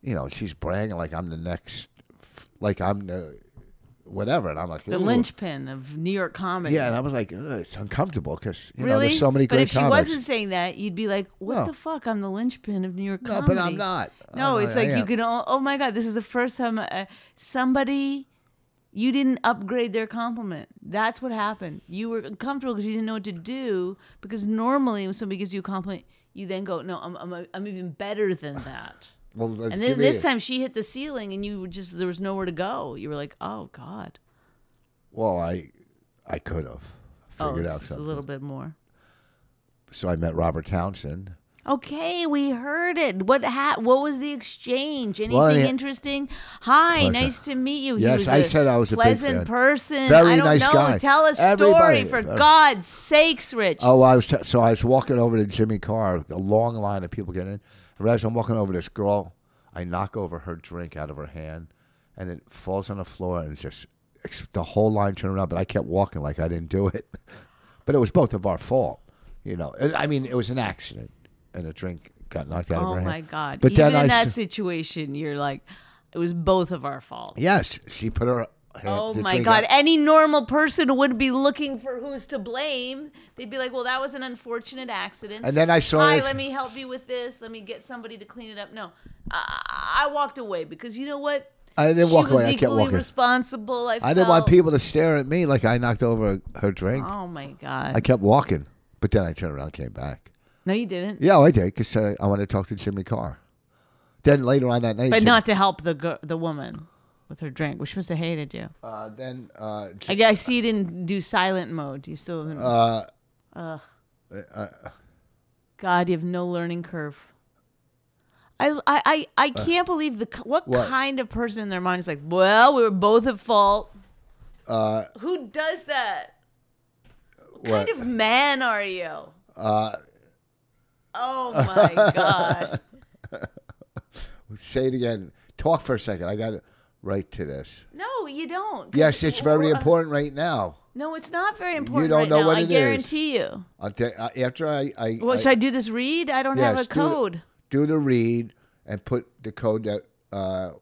[SPEAKER 1] You know, she's bragging like I'm the next, like I'm the whatever, and I'm like
[SPEAKER 2] The
[SPEAKER 1] "Ooh."
[SPEAKER 2] linchpin of New York comedy.
[SPEAKER 1] Yeah, and I was like, Ugh, it's uncomfortable because you
[SPEAKER 2] really?
[SPEAKER 1] know there's so many
[SPEAKER 2] But
[SPEAKER 1] great
[SPEAKER 2] if she
[SPEAKER 1] comics.
[SPEAKER 2] wasn't saying that, you'd be like, "What
[SPEAKER 1] No.
[SPEAKER 2] the fuck? I'm the linchpin of New York
[SPEAKER 1] No,
[SPEAKER 2] comedy."
[SPEAKER 1] but I'm not.
[SPEAKER 2] No,
[SPEAKER 1] I'm
[SPEAKER 2] it's
[SPEAKER 1] not- I
[SPEAKER 2] like you
[SPEAKER 1] am.
[SPEAKER 2] can. o- Oh my god, this is the first time uh, somebody you didn't upgrade their compliment. That's what happened. You were uncomfortable because you didn't know what to do. Because normally, when somebody gives you a compliment, you then go, "No, I'm I'm, I'm even better than
[SPEAKER 1] *laughs*
[SPEAKER 2] that."
[SPEAKER 1] Well, let's
[SPEAKER 2] And
[SPEAKER 1] give
[SPEAKER 2] then
[SPEAKER 1] me
[SPEAKER 2] this
[SPEAKER 1] a-
[SPEAKER 2] time she hit the ceiling, and you were just there was nowhere to go. You were like, "Oh God,
[SPEAKER 1] well, I, I could have
[SPEAKER 2] oh,
[SPEAKER 1] figured out
[SPEAKER 2] just a
[SPEAKER 1] something.
[SPEAKER 2] little bit more."
[SPEAKER 1] So I met Robert Townsend.
[SPEAKER 2] Okay, we heard it. What ha- What was the exchange? Anything
[SPEAKER 1] Well, yeah.
[SPEAKER 2] interesting? Hi,
[SPEAKER 1] Listen.
[SPEAKER 2] nice to meet you.
[SPEAKER 1] Yes,
[SPEAKER 2] I
[SPEAKER 1] I said I was a big
[SPEAKER 2] pleasant
[SPEAKER 1] fan.
[SPEAKER 2] person.
[SPEAKER 1] Very
[SPEAKER 2] I don't
[SPEAKER 1] nice
[SPEAKER 2] know.
[SPEAKER 1] guy.
[SPEAKER 2] Tell a
[SPEAKER 1] Everybody-
[SPEAKER 2] story for
[SPEAKER 1] uh,
[SPEAKER 2] God's sakes, Rich.
[SPEAKER 1] Oh, I was t- so I was walking over to Jimmy Carr. A long line of people get in. And as I'm walking over this girl, I knock over her drink out of her hand, and it falls on the floor and just ex- the whole line turned around. But I kept walking like I didn't do it. *laughs* but it was both of our fault, you know. And, I mean, it was an accident, and a drink got knocked out of
[SPEAKER 2] Oh
[SPEAKER 1] her hand.
[SPEAKER 2] my God!
[SPEAKER 1] But
[SPEAKER 2] Even
[SPEAKER 1] then I
[SPEAKER 2] in that
[SPEAKER 1] s-
[SPEAKER 2] situation, you're like, it was both of our fault.
[SPEAKER 1] yes, she put her. Hand,
[SPEAKER 2] Oh
[SPEAKER 1] the
[SPEAKER 2] my
[SPEAKER 1] drink
[SPEAKER 2] God!
[SPEAKER 1] out-
[SPEAKER 2] Any normal person would be looking for who's to blame. They'd be like, "Well, that was an unfortunate accident."
[SPEAKER 1] And then I saw.
[SPEAKER 2] Hi,
[SPEAKER 1] it-
[SPEAKER 2] let me help you with this. Let me get somebody to clean it up. No, I, I walked away because you know what?
[SPEAKER 1] I didn't
[SPEAKER 2] she
[SPEAKER 1] walk
[SPEAKER 2] was
[SPEAKER 1] away. I kept
[SPEAKER 2] equally
[SPEAKER 1] walking.
[SPEAKER 2] responsible. I,
[SPEAKER 1] I didn't want
[SPEAKER 2] felt-
[SPEAKER 1] people to stare at me like I knocked over her drink.
[SPEAKER 2] Oh my god!
[SPEAKER 1] I kept walking, but then I turned around, and came back.
[SPEAKER 2] no, you didn't.
[SPEAKER 1] Yeah, I did because uh, I wanted to talk to Jimmy Carr. Then later on that night,
[SPEAKER 2] but
[SPEAKER 1] Jim-
[SPEAKER 2] not to help the gir- the woman with her drink, which must have hated you.
[SPEAKER 1] Uh, then uh, J-
[SPEAKER 2] I, I see you didn't do silent mode. You still
[SPEAKER 1] Uh,
[SPEAKER 2] haven't. Ugh. God, you have no learning curve. I, I, I, I can't believe the c- what,
[SPEAKER 1] Uh, what?
[SPEAKER 2] kind of person in their mind is like, well, we were both at fault.
[SPEAKER 1] uh,
[SPEAKER 2] Who does that? What,
[SPEAKER 1] what? Uh,
[SPEAKER 2] kind of man are you? oh my
[SPEAKER 1] *laughs*
[SPEAKER 2] god.
[SPEAKER 1] say it again. Talk for a second. I got it right to this.
[SPEAKER 2] No, you don't. 'cause
[SPEAKER 1] Yes, it's very
[SPEAKER 2] we're-
[SPEAKER 1] important right now.
[SPEAKER 2] No, it's not very important.
[SPEAKER 1] don't
[SPEAKER 2] right
[SPEAKER 1] know
[SPEAKER 2] now,
[SPEAKER 1] what
[SPEAKER 2] I
[SPEAKER 1] it is.
[SPEAKER 2] guarantee you.
[SPEAKER 1] I'll ta- uh, after I, I,
[SPEAKER 2] Well,
[SPEAKER 1] I-
[SPEAKER 2] should I do this read? I don't have
[SPEAKER 1] Yes,
[SPEAKER 2] a
[SPEAKER 1] do the-
[SPEAKER 2] code.
[SPEAKER 1] do the read and put the code that uh,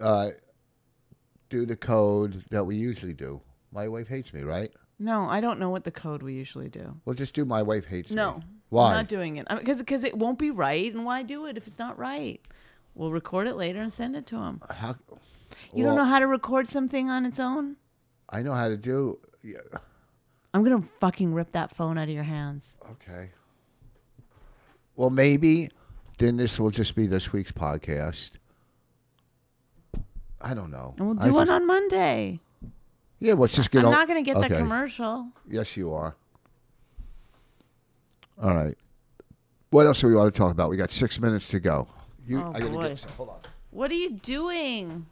[SPEAKER 1] uh, do the code that we usually do. My wife hates me, right?
[SPEAKER 2] No, I don't know what the code we usually do.
[SPEAKER 1] Well, just do my wife hates me.
[SPEAKER 2] No.
[SPEAKER 1] Why?
[SPEAKER 2] I'm not doing it. Because because it won't be right and why do it if it's not right? We'll record it later and send it to him.
[SPEAKER 1] How,
[SPEAKER 2] You don't know how to record something on its own?
[SPEAKER 1] I know how to do. Yeah,
[SPEAKER 2] I'm going to fucking rip that phone out of your hands.
[SPEAKER 1] okay. Well, maybe then this will just be this week's podcast. I don't know.
[SPEAKER 2] And we'll
[SPEAKER 1] I
[SPEAKER 2] do one
[SPEAKER 1] just-
[SPEAKER 2] on Monday.
[SPEAKER 1] Yeah, let's just get
[SPEAKER 2] I'm
[SPEAKER 1] on.
[SPEAKER 2] not going to get that
[SPEAKER 1] Okay.
[SPEAKER 2] commercial.
[SPEAKER 1] Yes, you are. All right. What else do we want to talk about? We got six minutes to go. You,
[SPEAKER 2] Oh,
[SPEAKER 1] I gotta
[SPEAKER 2] boy.
[SPEAKER 1] get. some- Hold on.
[SPEAKER 2] What are you doing?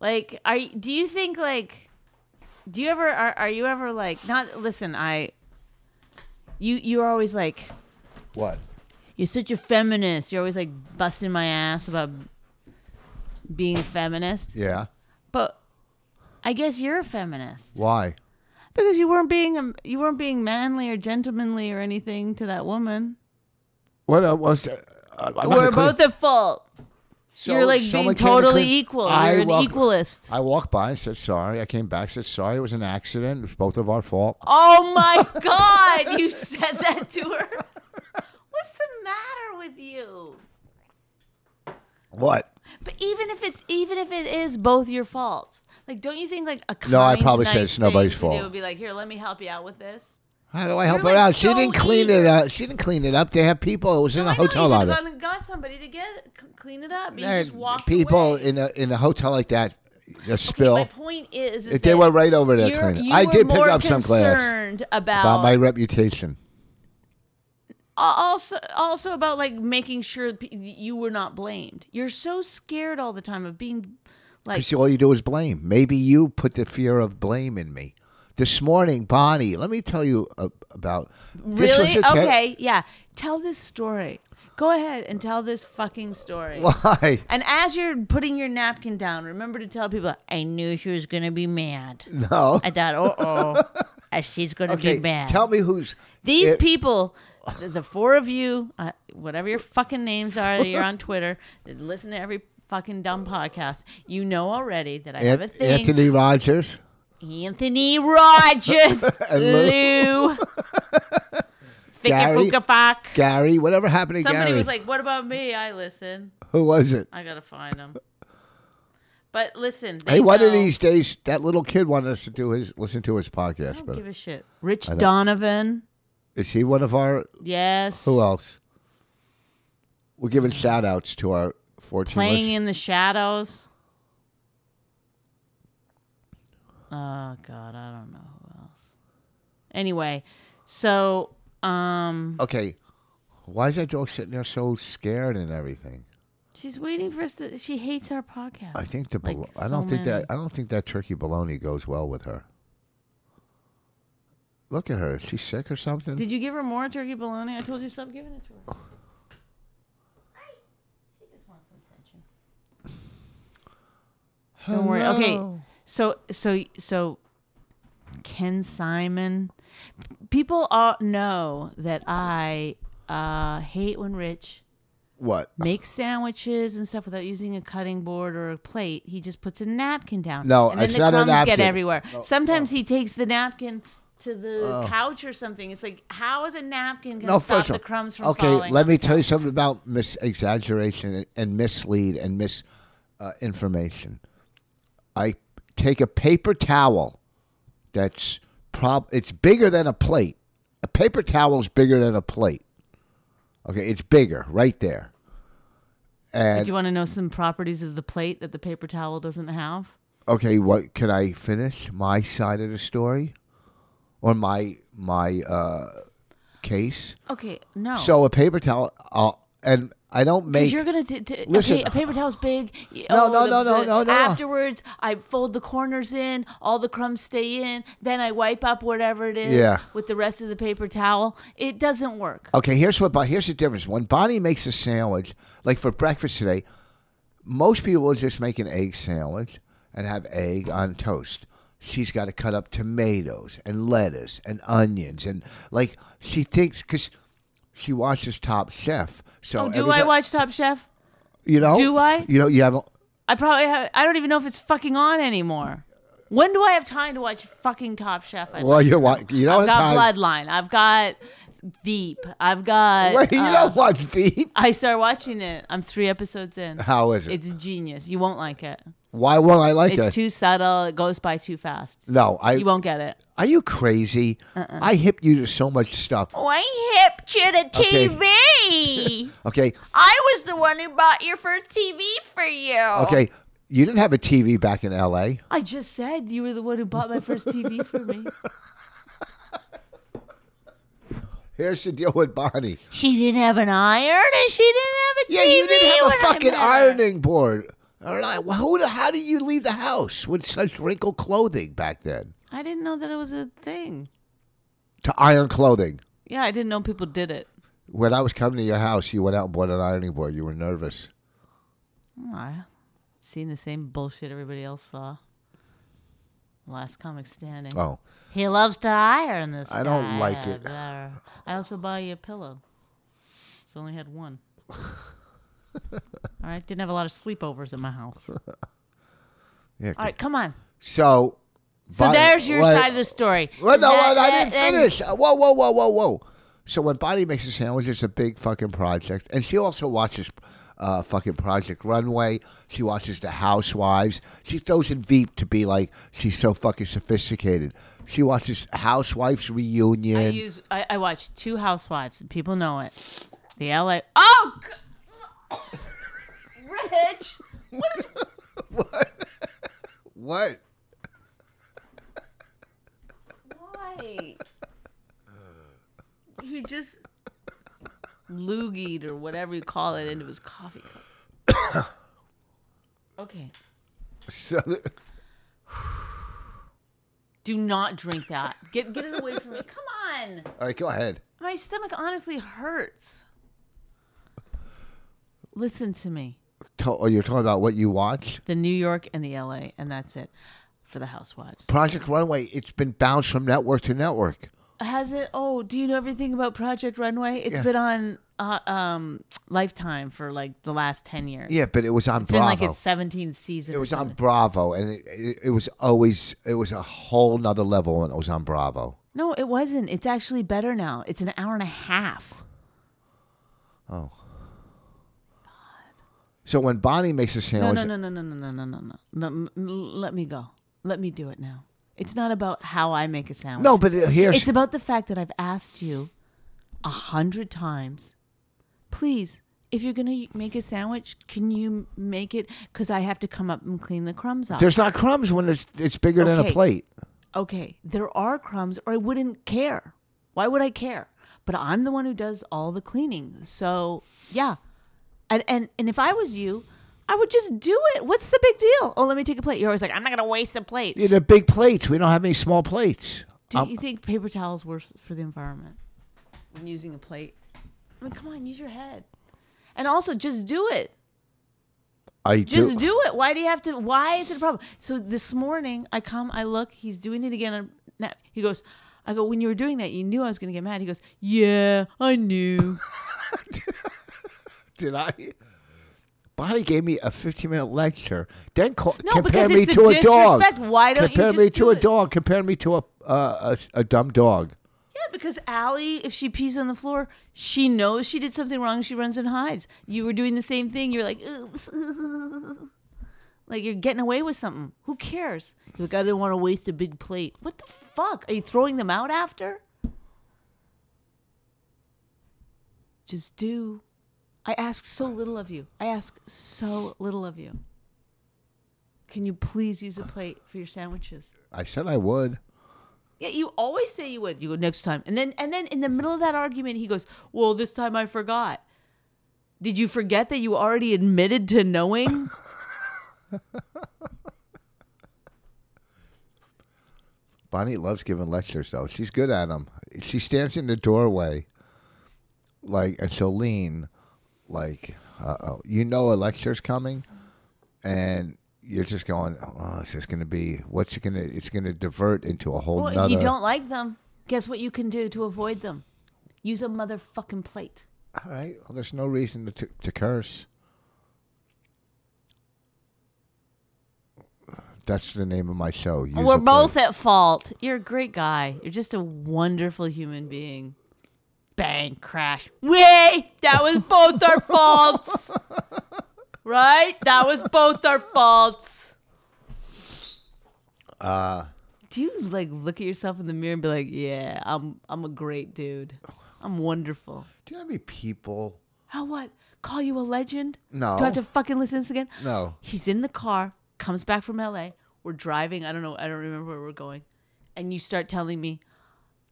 [SPEAKER 2] Like, are you, do you think like, do you ever are are you ever like not listen? I, you you're always like
[SPEAKER 1] What?
[SPEAKER 2] you're such a feminist. You're always like busting my ass about being a feminist.
[SPEAKER 1] Yeah.
[SPEAKER 2] But I guess you're a feminist
[SPEAKER 1] Why?
[SPEAKER 2] because you weren't being a, you weren't being manly or gentlemanly or anything to that woman.
[SPEAKER 1] What uh, was? Uh, I- I
[SPEAKER 2] We're
[SPEAKER 1] wasn't clear.
[SPEAKER 2] both at fault.
[SPEAKER 1] So-
[SPEAKER 2] you're like
[SPEAKER 1] someone
[SPEAKER 2] being
[SPEAKER 1] came to
[SPEAKER 2] totally
[SPEAKER 1] clean-
[SPEAKER 2] equal.
[SPEAKER 1] I
[SPEAKER 2] You're an
[SPEAKER 1] walk-
[SPEAKER 2] equalist.
[SPEAKER 1] I walked by and said sorry. I came back, said sorry. It was an accident. It was both of our fault.
[SPEAKER 2] Oh my God, you said that to her? What's the matter with you?
[SPEAKER 1] What?
[SPEAKER 2] But even if it's even if it is both your faults, like don't you think like a kind,
[SPEAKER 1] No, I probably said
[SPEAKER 2] nice
[SPEAKER 1] it's nobody's
[SPEAKER 2] thing to
[SPEAKER 1] fault.
[SPEAKER 2] do would be like, here, let me help you out with this.
[SPEAKER 1] How do I help
[SPEAKER 2] You're,
[SPEAKER 1] her
[SPEAKER 2] like,
[SPEAKER 1] out? she
[SPEAKER 2] so
[SPEAKER 1] didn't clean it
[SPEAKER 2] eager.
[SPEAKER 1] up. She didn't clean it up. They have people. It was in
[SPEAKER 2] No,
[SPEAKER 1] a
[SPEAKER 2] I know,
[SPEAKER 1] hotel
[SPEAKER 2] you could
[SPEAKER 1] lobby.
[SPEAKER 2] have gone and got somebody to get c- clean it up. You just
[SPEAKER 1] And
[SPEAKER 2] walked
[SPEAKER 1] people
[SPEAKER 2] away.
[SPEAKER 1] in a in a hotel like that, a
[SPEAKER 2] Okay,
[SPEAKER 1] spill.
[SPEAKER 2] My point is, is
[SPEAKER 1] If they
[SPEAKER 2] that
[SPEAKER 1] went right over there
[SPEAKER 2] you're-
[SPEAKER 1] cleaning.
[SPEAKER 2] you
[SPEAKER 1] I
[SPEAKER 2] were
[SPEAKER 1] did pick
[SPEAKER 2] more
[SPEAKER 1] up some glass.
[SPEAKER 2] concerned about,
[SPEAKER 1] about my reputation.
[SPEAKER 2] Al- also also about like making sure p- you were not blamed. You're so scared all the time of being like
[SPEAKER 1] Because all you do is blame. Maybe you put the fear of blame in me. This morning, Bonnie, let me tell you a- about. this was
[SPEAKER 2] really
[SPEAKER 1] a ta-
[SPEAKER 2] okay, yeah. Tell this story. Go ahead and tell this fucking
[SPEAKER 1] *laughs*
[SPEAKER 2] story.
[SPEAKER 1] Why?
[SPEAKER 2] and as you're putting your napkin down, remember to tell people, "I knew she was gonna be mad."
[SPEAKER 1] No.
[SPEAKER 2] I thought,
[SPEAKER 1] *laughs*
[SPEAKER 2] "Uh oh, she's gonna
[SPEAKER 1] Okay,
[SPEAKER 2] be mad."
[SPEAKER 1] tell me who's. eh,
[SPEAKER 2] These
[SPEAKER 1] it-
[SPEAKER 2] people, the, the four of you, uh, whatever your fucking names are, that you're on Twitter, *laughs* that listen to every fucking dumb podcast. You know already that I have a
[SPEAKER 1] An-
[SPEAKER 2] thing.
[SPEAKER 1] Anthony Rogers. *laughs*
[SPEAKER 2] Anthony Rogers, Lou,
[SPEAKER 1] Gary.
[SPEAKER 2] Ficky Fukafuck.
[SPEAKER 1] Gary, whatever happened to
[SPEAKER 2] Somebody
[SPEAKER 1] Gary?
[SPEAKER 2] was like, "What about me?" I listen.
[SPEAKER 1] Who was it?
[SPEAKER 2] I gotta find them. But listen, they
[SPEAKER 1] Hey, one of
[SPEAKER 2] know-
[SPEAKER 1] these days, that little kid wanted us to do his listen to his
[SPEAKER 2] I
[SPEAKER 1] podcast.
[SPEAKER 2] don't
[SPEAKER 1] But
[SPEAKER 2] give a shit. Rich Donovan.
[SPEAKER 1] is he one of our?
[SPEAKER 2] Yes.
[SPEAKER 1] Who else? We're giving shout outs to our fourteen.
[SPEAKER 2] Playing
[SPEAKER 1] listen-
[SPEAKER 2] in the shadows. Oh God, I don't know who else. Anyway, so um,
[SPEAKER 1] okay, why is that dog sitting there so scared and everything?
[SPEAKER 2] she's waiting for us. To, she hates our podcast.
[SPEAKER 1] I think the
[SPEAKER 2] Like,
[SPEAKER 1] bolo- I
[SPEAKER 2] so
[SPEAKER 1] don't think
[SPEAKER 2] many.
[SPEAKER 1] that I don't think that turkey bologna goes well with her. Look at her. Is she sick or something?
[SPEAKER 2] Did you give her more turkey bologna? I told you stop giving it to her. She just wants some attention. Don't worry. Okay. So so so Ken Simon. People all know that I uh, hate when Rich
[SPEAKER 1] What?
[SPEAKER 2] makes sandwiches and stuff without using a cutting board or a plate. He just puts a napkin down.
[SPEAKER 1] No,
[SPEAKER 2] and then
[SPEAKER 1] it's
[SPEAKER 2] the
[SPEAKER 1] not a
[SPEAKER 2] crumbs get
[SPEAKER 1] napkin.
[SPEAKER 2] everywhere. Sometimes he takes the napkin to the couch or something. It's like, how is a napkin going to
[SPEAKER 1] Oh. No,
[SPEAKER 2] stop
[SPEAKER 1] first
[SPEAKER 2] the
[SPEAKER 1] off,
[SPEAKER 2] crumbs from
[SPEAKER 1] okay.
[SPEAKER 2] falling?
[SPEAKER 1] Let
[SPEAKER 2] on
[SPEAKER 1] me
[SPEAKER 2] the
[SPEAKER 1] tell you
[SPEAKER 2] couch?
[SPEAKER 1] something about mis exaggeration and, and mislead and mis uh, information. I take a paper towel that's prob it's bigger than a plate. A paper towel's bigger than a plate. Okay, it's bigger right there.
[SPEAKER 2] Do
[SPEAKER 1] And
[SPEAKER 2] you want to know some properties of the plate that the paper towel doesn't have?
[SPEAKER 1] okay what can i finish my side of the story or my my uh case
[SPEAKER 2] Okay, no.
[SPEAKER 1] so a paper towel uh, and i don't make
[SPEAKER 2] Oh. Because you're gonna t- t-
[SPEAKER 1] Listen.
[SPEAKER 2] okay, a paper towel's big. y-
[SPEAKER 1] No,
[SPEAKER 2] oh,
[SPEAKER 1] no,
[SPEAKER 2] the-
[SPEAKER 1] no, no,
[SPEAKER 2] the-
[SPEAKER 1] no, no.
[SPEAKER 2] Afterwards, I fold the corners in. All the crumbs stay in. Then I wipe up whatever it is
[SPEAKER 1] Yeah.
[SPEAKER 2] with the rest of the paper towel. It doesn't work.
[SPEAKER 1] okay here's what Bon- here's the difference when bonnie makes a sandwich like for breakfast today most people will just make an egg sandwich and have egg on toast she's got to cut up tomatoes and lettuce and onions and like she thinks because she watches top chef so
[SPEAKER 2] Oh, do
[SPEAKER 1] every
[SPEAKER 2] I
[SPEAKER 1] ti-
[SPEAKER 2] watch Top Chef?
[SPEAKER 1] you know
[SPEAKER 2] do I?
[SPEAKER 1] you know you have
[SPEAKER 2] I probably have, I don't even know if it's fucking on anymore. When do I have time to watch fucking Top Chef? I'd
[SPEAKER 1] Well,
[SPEAKER 2] like to
[SPEAKER 1] you're
[SPEAKER 2] know.
[SPEAKER 1] wa- you don't
[SPEAKER 2] I've
[SPEAKER 1] have
[SPEAKER 2] got
[SPEAKER 1] time.
[SPEAKER 2] Bloodline. I've got Veep. I've
[SPEAKER 1] *laughs*
[SPEAKER 2] got.
[SPEAKER 1] Wait, *laughs* you
[SPEAKER 2] uh,
[SPEAKER 1] don't watch Veep?
[SPEAKER 2] I start watching it. I'm three episodes in.
[SPEAKER 1] How is it?
[SPEAKER 2] It's genius. You won't like it.
[SPEAKER 1] Why won't I like
[SPEAKER 2] It's
[SPEAKER 1] that?
[SPEAKER 2] too subtle. It goes by too fast.
[SPEAKER 1] no, I.
[SPEAKER 2] You won't get it.
[SPEAKER 1] Are you crazy? I hip you to so much stuff.
[SPEAKER 6] Uh-uh. Oh, I hipped you to
[SPEAKER 1] Okay.
[SPEAKER 6] TV.
[SPEAKER 1] *laughs* Okay,
[SPEAKER 6] I was the one who bought your first TV for you.
[SPEAKER 1] okay. You didn't have a TV back in L.A.
[SPEAKER 2] I just said you were the one who bought my
[SPEAKER 6] *laughs*
[SPEAKER 2] first TV for me.
[SPEAKER 1] Here's the deal with Bonnie.
[SPEAKER 6] She didn't have an iron and she didn't
[SPEAKER 1] Yeah,
[SPEAKER 6] have a TV.
[SPEAKER 1] you didn't have
[SPEAKER 6] when
[SPEAKER 1] a
[SPEAKER 6] I
[SPEAKER 1] fucking
[SPEAKER 6] met her.
[SPEAKER 1] ironing board. All right, well, who? the- How did you leave the house with such wrinkled clothing back then?
[SPEAKER 2] I didn't know that it was a thing.
[SPEAKER 1] To iron clothing.
[SPEAKER 2] Yeah, I didn't know people did it.
[SPEAKER 1] When I was coming to your house, you went out and bought an ironing board. You were nervous.
[SPEAKER 2] Oh, I seen the same bullshit everybody else saw. Last comic standing.
[SPEAKER 1] Oh,
[SPEAKER 2] He loves to iron this.
[SPEAKER 1] I don't
[SPEAKER 2] guy.
[SPEAKER 1] like it.
[SPEAKER 2] Uh, I also buy you a pillow. So I only had
[SPEAKER 1] *laughs*
[SPEAKER 2] one. All right, didn't have a lot of sleepovers at my
[SPEAKER 1] *laughs*
[SPEAKER 2] house. All
[SPEAKER 1] yeah.
[SPEAKER 2] right, come on.
[SPEAKER 1] So.
[SPEAKER 2] So
[SPEAKER 1] Bonnie-
[SPEAKER 2] there's your
[SPEAKER 1] what-
[SPEAKER 2] side of the story.
[SPEAKER 1] Well, no,
[SPEAKER 2] That-
[SPEAKER 1] I
[SPEAKER 2] that-
[SPEAKER 1] didn't
[SPEAKER 2] and-
[SPEAKER 1] finish. Uh, Whoa, whoa, whoa, whoa, whoa. So when Bonnie makes a sandwich, it's a big fucking project, and she also watches uh, fucking Project Runway. She watches The Housewives. She throws in Veep to be like she's so fucking sophisticated. She watches Housewives reunion.
[SPEAKER 2] I use. I, I watch two Housewives, and people know it. The LA. Oh, g- *coughs* Rich.
[SPEAKER 1] what? *laughs*
[SPEAKER 2] Why? He just loogied or whatever you call it into his coffee cup. okay.
[SPEAKER 1] So,
[SPEAKER 2] Do not drink that. Get get it away from me. Come on.
[SPEAKER 1] all right, go ahead.
[SPEAKER 2] My stomach honestly hurts. Listen to me.
[SPEAKER 1] To- oh, you're talking about what you watch?
[SPEAKER 2] The New York and the LA, and that's it for the housewives.
[SPEAKER 1] Project Runway. It's been bounced from network to network.
[SPEAKER 2] Has it? Oh, do you know everything about Project Runway? It's
[SPEAKER 1] Yeah.
[SPEAKER 2] been on uh, um, Lifetime for like the last ten years.
[SPEAKER 1] Yeah, but it was on
[SPEAKER 2] It's
[SPEAKER 1] Bravo.
[SPEAKER 2] in like its 17th season.
[SPEAKER 1] It
[SPEAKER 2] or
[SPEAKER 1] was on
[SPEAKER 2] something.
[SPEAKER 1] Bravo, and it, it, it was always it was a whole nother level when it was on Bravo.
[SPEAKER 2] No, it wasn't. It's actually better now. It's an hour and a half.
[SPEAKER 1] Oh, so when Bonnie makes a
[SPEAKER 2] No,
[SPEAKER 1] sandwich,
[SPEAKER 2] no, no, no, no, no, no, no, no, no. no. n- n- Let me go. Let me do it now. It's not about how I make a sandwich.
[SPEAKER 1] No, but here's
[SPEAKER 2] It's about the fact that I've asked you a hundred times, please, if you're gonna make a sandwich, can you make it? Because I have to come up and clean the crumbs off.
[SPEAKER 1] there's not crumbs when it's it's bigger than a
[SPEAKER 2] Okay.
[SPEAKER 1] plate.
[SPEAKER 2] okay, there are crumbs, or I wouldn't care. Why would I care? But I'm the one who does all the cleaning. So yeah, and and and if I was you, I would just do it. What's the big deal? Oh, let me take a plate. You're always like, I'm not gonna waste a plate.
[SPEAKER 1] Yeah, they're big plates. We don't have any small plates.
[SPEAKER 2] Do
[SPEAKER 1] Um,
[SPEAKER 2] you think paper towels worse for the environment than using a plate? I mean, come on, use your head. And also, just do it.
[SPEAKER 1] I
[SPEAKER 2] Just
[SPEAKER 1] do.
[SPEAKER 2] do it. Why do you have to? Why is it a problem? So this morning, I come, I look, he's doing it again. and now- He goes, I go, when you were doing that, you knew I was going to get mad. He goes, Yeah,
[SPEAKER 1] *laughs*
[SPEAKER 2] I knew.
[SPEAKER 1] *laughs* Did I? Bonnie gave me a 15 minute lecture. Then call,
[SPEAKER 2] No,
[SPEAKER 1] compare
[SPEAKER 2] because
[SPEAKER 1] me
[SPEAKER 2] it's
[SPEAKER 1] to
[SPEAKER 2] the
[SPEAKER 1] a dog.
[SPEAKER 2] disrespect. Why don't you
[SPEAKER 1] compare me
[SPEAKER 2] just
[SPEAKER 1] to
[SPEAKER 2] do
[SPEAKER 1] a
[SPEAKER 2] it?
[SPEAKER 1] dog? Compare me to a uh, a, a dumb dog.
[SPEAKER 2] yeah, because Allie, if she pees on the floor, she knows she did something wrong. She runs and hides. You were doing the same thing. You're like, Oops. *laughs* Like you're getting away with something. Who cares? You're like, I didn't want to waste a big plate. What the fuck? Are you throwing them out after? Just do. I ask so little of you. I ask so little of you. Can you please use a plate for your sandwiches?
[SPEAKER 1] I said I would.
[SPEAKER 2] Yeah, you always say you would. You go next time, and then and then in the middle of that argument, he goes, "Well, this time I forgot." Did you forget that you already admitted to knowing?
[SPEAKER 1] *laughs* Bonnie loves giving lectures, though. She's good at them. She stands in the doorway, like, and she'll lean, like, uh oh. You know, a lecture's coming, and you're just going, oh, it's just going to be, what's it going to, it's going to divert into a whole
[SPEAKER 2] well, if
[SPEAKER 1] nother.
[SPEAKER 2] you don't like them, guess what you can do to avoid them? Use a motherfucking plate.
[SPEAKER 1] All right. Well, there's no reason to, to, to curse. That's the name of my show. Use
[SPEAKER 2] We're
[SPEAKER 1] a plate.
[SPEAKER 2] both at fault. You're a great guy. You're just a wonderful human being. bang, crash. Way! That was both
[SPEAKER 1] *laughs*
[SPEAKER 2] our faults. right? That was both our faults. Uh Do you like look at yourself in the mirror and be like, "Yeah, I'm I'm a great dude. I'm wonderful."
[SPEAKER 1] Do you know how many people?
[SPEAKER 2] How what? Call you a legend?
[SPEAKER 1] No.
[SPEAKER 2] Do I have to fucking listen to this again?
[SPEAKER 1] No.
[SPEAKER 2] He's in the car, comes back from LA. We're driving. I don't know. I don't remember where we're going. And you start telling me,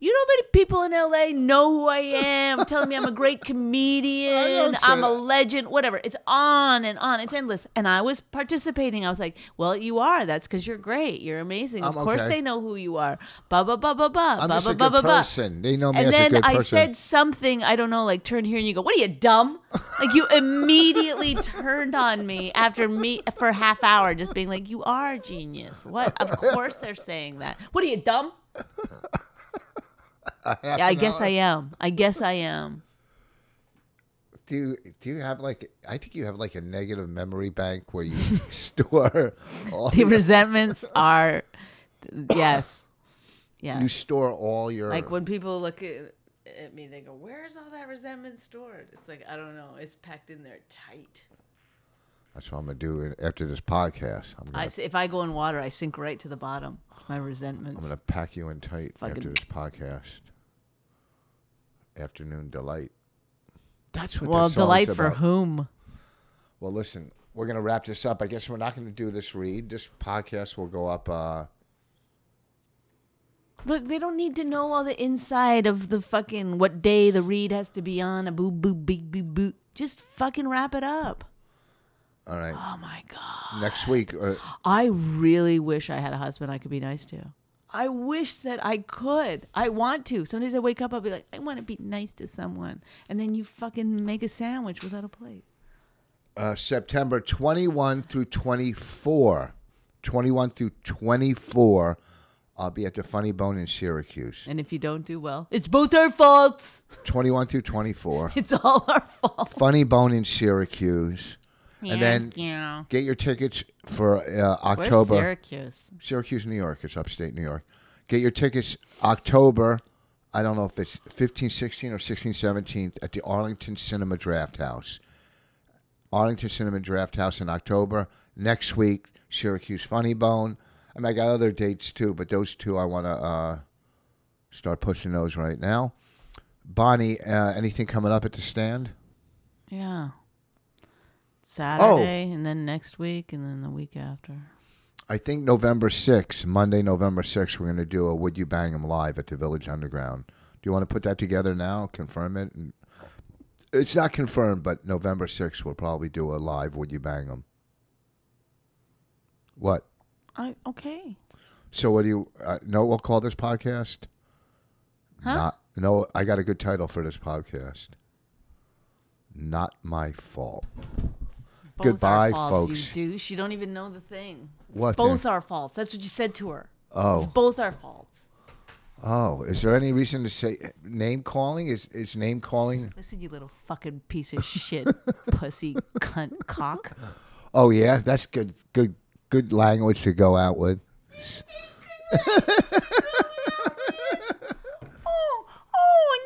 [SPEAKER 2] you know how many people in LA know who
[SPEAKER 1] *laughs*
[SPEAKER 2] I am, telling me I'm a great comedian,
[SPEAKER 1] say
[SPEAKER 2] I'm a
[SPEAKER 1] that.
[SPEAKER 2] legend, whatever. It's on and on. It's endless. And I was participating. I was like, well, you are. That's because you're great. You're amazing.
[SPEAKER 1] I'm
[SPEAKER 2] of course
[SPEAKER 1] okay.
[SPEAKER 2] they know who you are. Ba ba ba ba ba.
[SPEAKER 1] I'm
[SPEAKER 2] ba
[SPEAKER 1] just
[SPEAKER 2] ba
[SPEAKER 1] a
[SPEAKER 2] ba
[SPEAKER 1] good
[SPEAKER 2] ba ba.
[SPEAKER 1] person. They know me
[SPEAKER 2] And
[SPEAKER 1] as a
[SPEAKER 2] then
[SPEAKER 1] good
[SPEAKER 2] I
[SPEAKER 1] person.
[SPEAKER 2] said something, I don't know, like turn here and you go, What are you dumb? Like you
[SPEAKER 1] *laughs*
[SPEAKER 2] immediately turned on me after me for a half hour, just being like, You are a genius. What of course they're saying that. What are you dumb? Yeah, I guess I am. I guess I am.
[SPEAKER 1] do you, do you have like I think you have like a negative memory bank where you *laughs* store all
[SPEAKER 2] The resentments are yes. Yeah.
[SPEAKER 1] you store all your
[SPEAKER 2] Like when people look at, at me, they go, Where's all that resentment stored? It's like, I don't know. It's packed in there tight.
[SPEAKER 1] That's what I'm gonna do after this podcast. I'm
[SPEAKER 2] I
[SPEAKER 1] gonna,
[SPEAKER 2] s if I go in water, I sink right to the bottom. It's my
[SPEAKER 1] I'm
[SPEAKER 2] resentments.
[SPEAKER 1] gonna pack you in tight after
[SPEAKER 2] Fucking-
[SPEAKER 1] this podcast. Afternoon delight. That's what.
[SPEAKER 2] well,
[SPEAKER 1] this song's
[SPEAKER 2] delight for
[SPEAKER 1] about.
[SPEAKER 2] whom?
[SPEAKER 1] Well, listen, we're gonna wrap this up. I guess we're not gonna do this read. This podcast will go up. uh
[SPEAKER 2] Look, they don't need to know all the inside of the fucking what day the read has to be on. A boo boo beep boo boo. Just fucking wrap it up.
[SPEAKER 1] All right,
[SPEAKER 2] Oh my god!
[SPEAKER 1] next week. Uh,
[SPEAKER 2] I really wish I had a husband I could be nice to. I wish that I could. I want to. Some days I wake up, I'll be like, I want to be nice to someone, and then you fucking make a sandwich without a plate.
[SPEAKER 1] uh, September 21 through 24. 21 through 24. I'll be at the Funny Bone in Syracuse.
[SPEAKER 2] And if you don't do well, it's both our faults. *laughs*
[SPEAKER 1] 21 through 24.
[SPEAKER 2] It's all our fault.
[SPEAKER 1] Funny Bone in Syracuse. and then
[SPEAKER 2] yeah.
[SPEAKER 1] get your tickets for uh,
[SPEAKER 2] Where's
[SPEAKER 1] October.
[SPEAKER 2] Syracuse?
[SPEAKER 1] Syracuse, New York. It's upstate New York. Get your tickets October. I don't know if it's 15, 16, or 16, 17th at the Arlington Cinema Draft House. Arlington Cinema Draft House in October. Next week, Syracuse Funny Bone. I mean, I got other dates too, but those two I want to uh, start pushing those right now. Bonnie, uh, anything coming up at the stand?
[SPEAKER 2] Yeah.
[SPEAKER 1] Oh.
[SPEAKER 2] Saturday and then next week and then the week after.
[SPEAKER 1] I think November 6th, Monday, November 6th, we're going to do a Would You Bang 'Em Live at the Village Underground. Do you want to put that together now, confirm it? And it's not confirmed, but November 6th, we'll probably do a live Would You Bang 'Em. What?
[SPEAKER 2] I okay.
[SPEAKER 1] So, what do you, uh, no, we'll call this podcast?
[SPEAKER 2] Huh?
[SPEAKER 1] Not, no, I got a good title for this podcast. Not my fault.
[SPEAKER 2] Both
[SPEAKER 1] Goodbye,
[SPEAKER 2] our faults,
[SPEAKER 1] folks.
[SPEAKER 2] You douche. You don't even know the thing.
[SPEAKER 1] What
[SPEAKER 2] It's both
[SPEAKER 1] thing?
[SPEAKER 2] our faults. That's what you said to her.
[SPEAKER 1] Oh.
[SPEAKER 2] It's both our faults.
[SPEAKER 1] Oh, is there any reason to say name calling? Is, is name calling?
[SPEAKER 2] Listen, you little fucking piece of shit,
[SPEAKER 1] *laughs*
[SPEAKER 2] pussy, cunt, cock.
[SPEAKER 1] Oh yeah, that's good. Good. Good language to go out with.
[SPEAKER 2] *laughs* Oh, oh,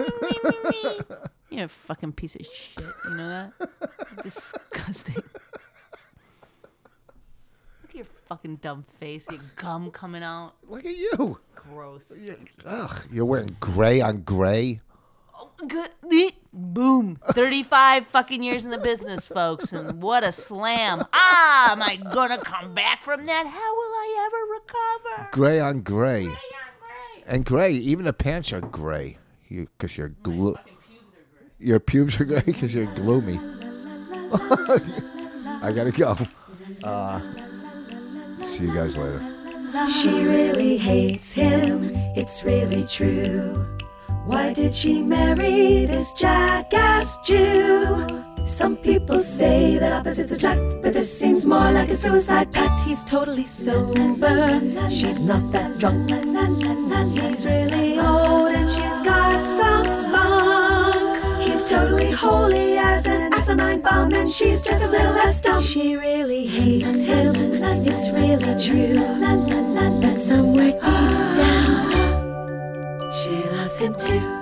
[SPEAKER 2] now I'm me, me, me, me, me, me, me. You're a fucking piece of shit. You know
[SPEAKER 1] *laughs*
[SPEAKER 2] that? Disgusting. Look at your fucking dumb face, your gum coming out.
[SPEAKER 1] *laughs* Look at you.
[SPEAKER 2] Gross.
[SPEAKER 1] Ugh, you're wearing gray on gray.
[SPEAKER 2] Good. eek. Boom. 35 fucking years in the business, folks, and what a slam. Ah, am I gonna come back from that? How will I ever recover?
[SPEAKER 1] Gray on gray. And gray. Even the pants are gray. You because you're glo- Your pubes are gray because you're *laughs* gloomy. I gotta go. Uh, see you guys later.
[SPEAKER 7] She really hates him, it's really true. Why did she marry this jackass Jew? Some people say that opposites attract, but this seems more like a suicide pact. He's totally sober, she's not that drunk. He's really old and she's got some spunk. He's totally holy as an asinine bomb, and she's just a little less dumb. She really hates him, it's really true. But somewhere deep down, she loves him. him too.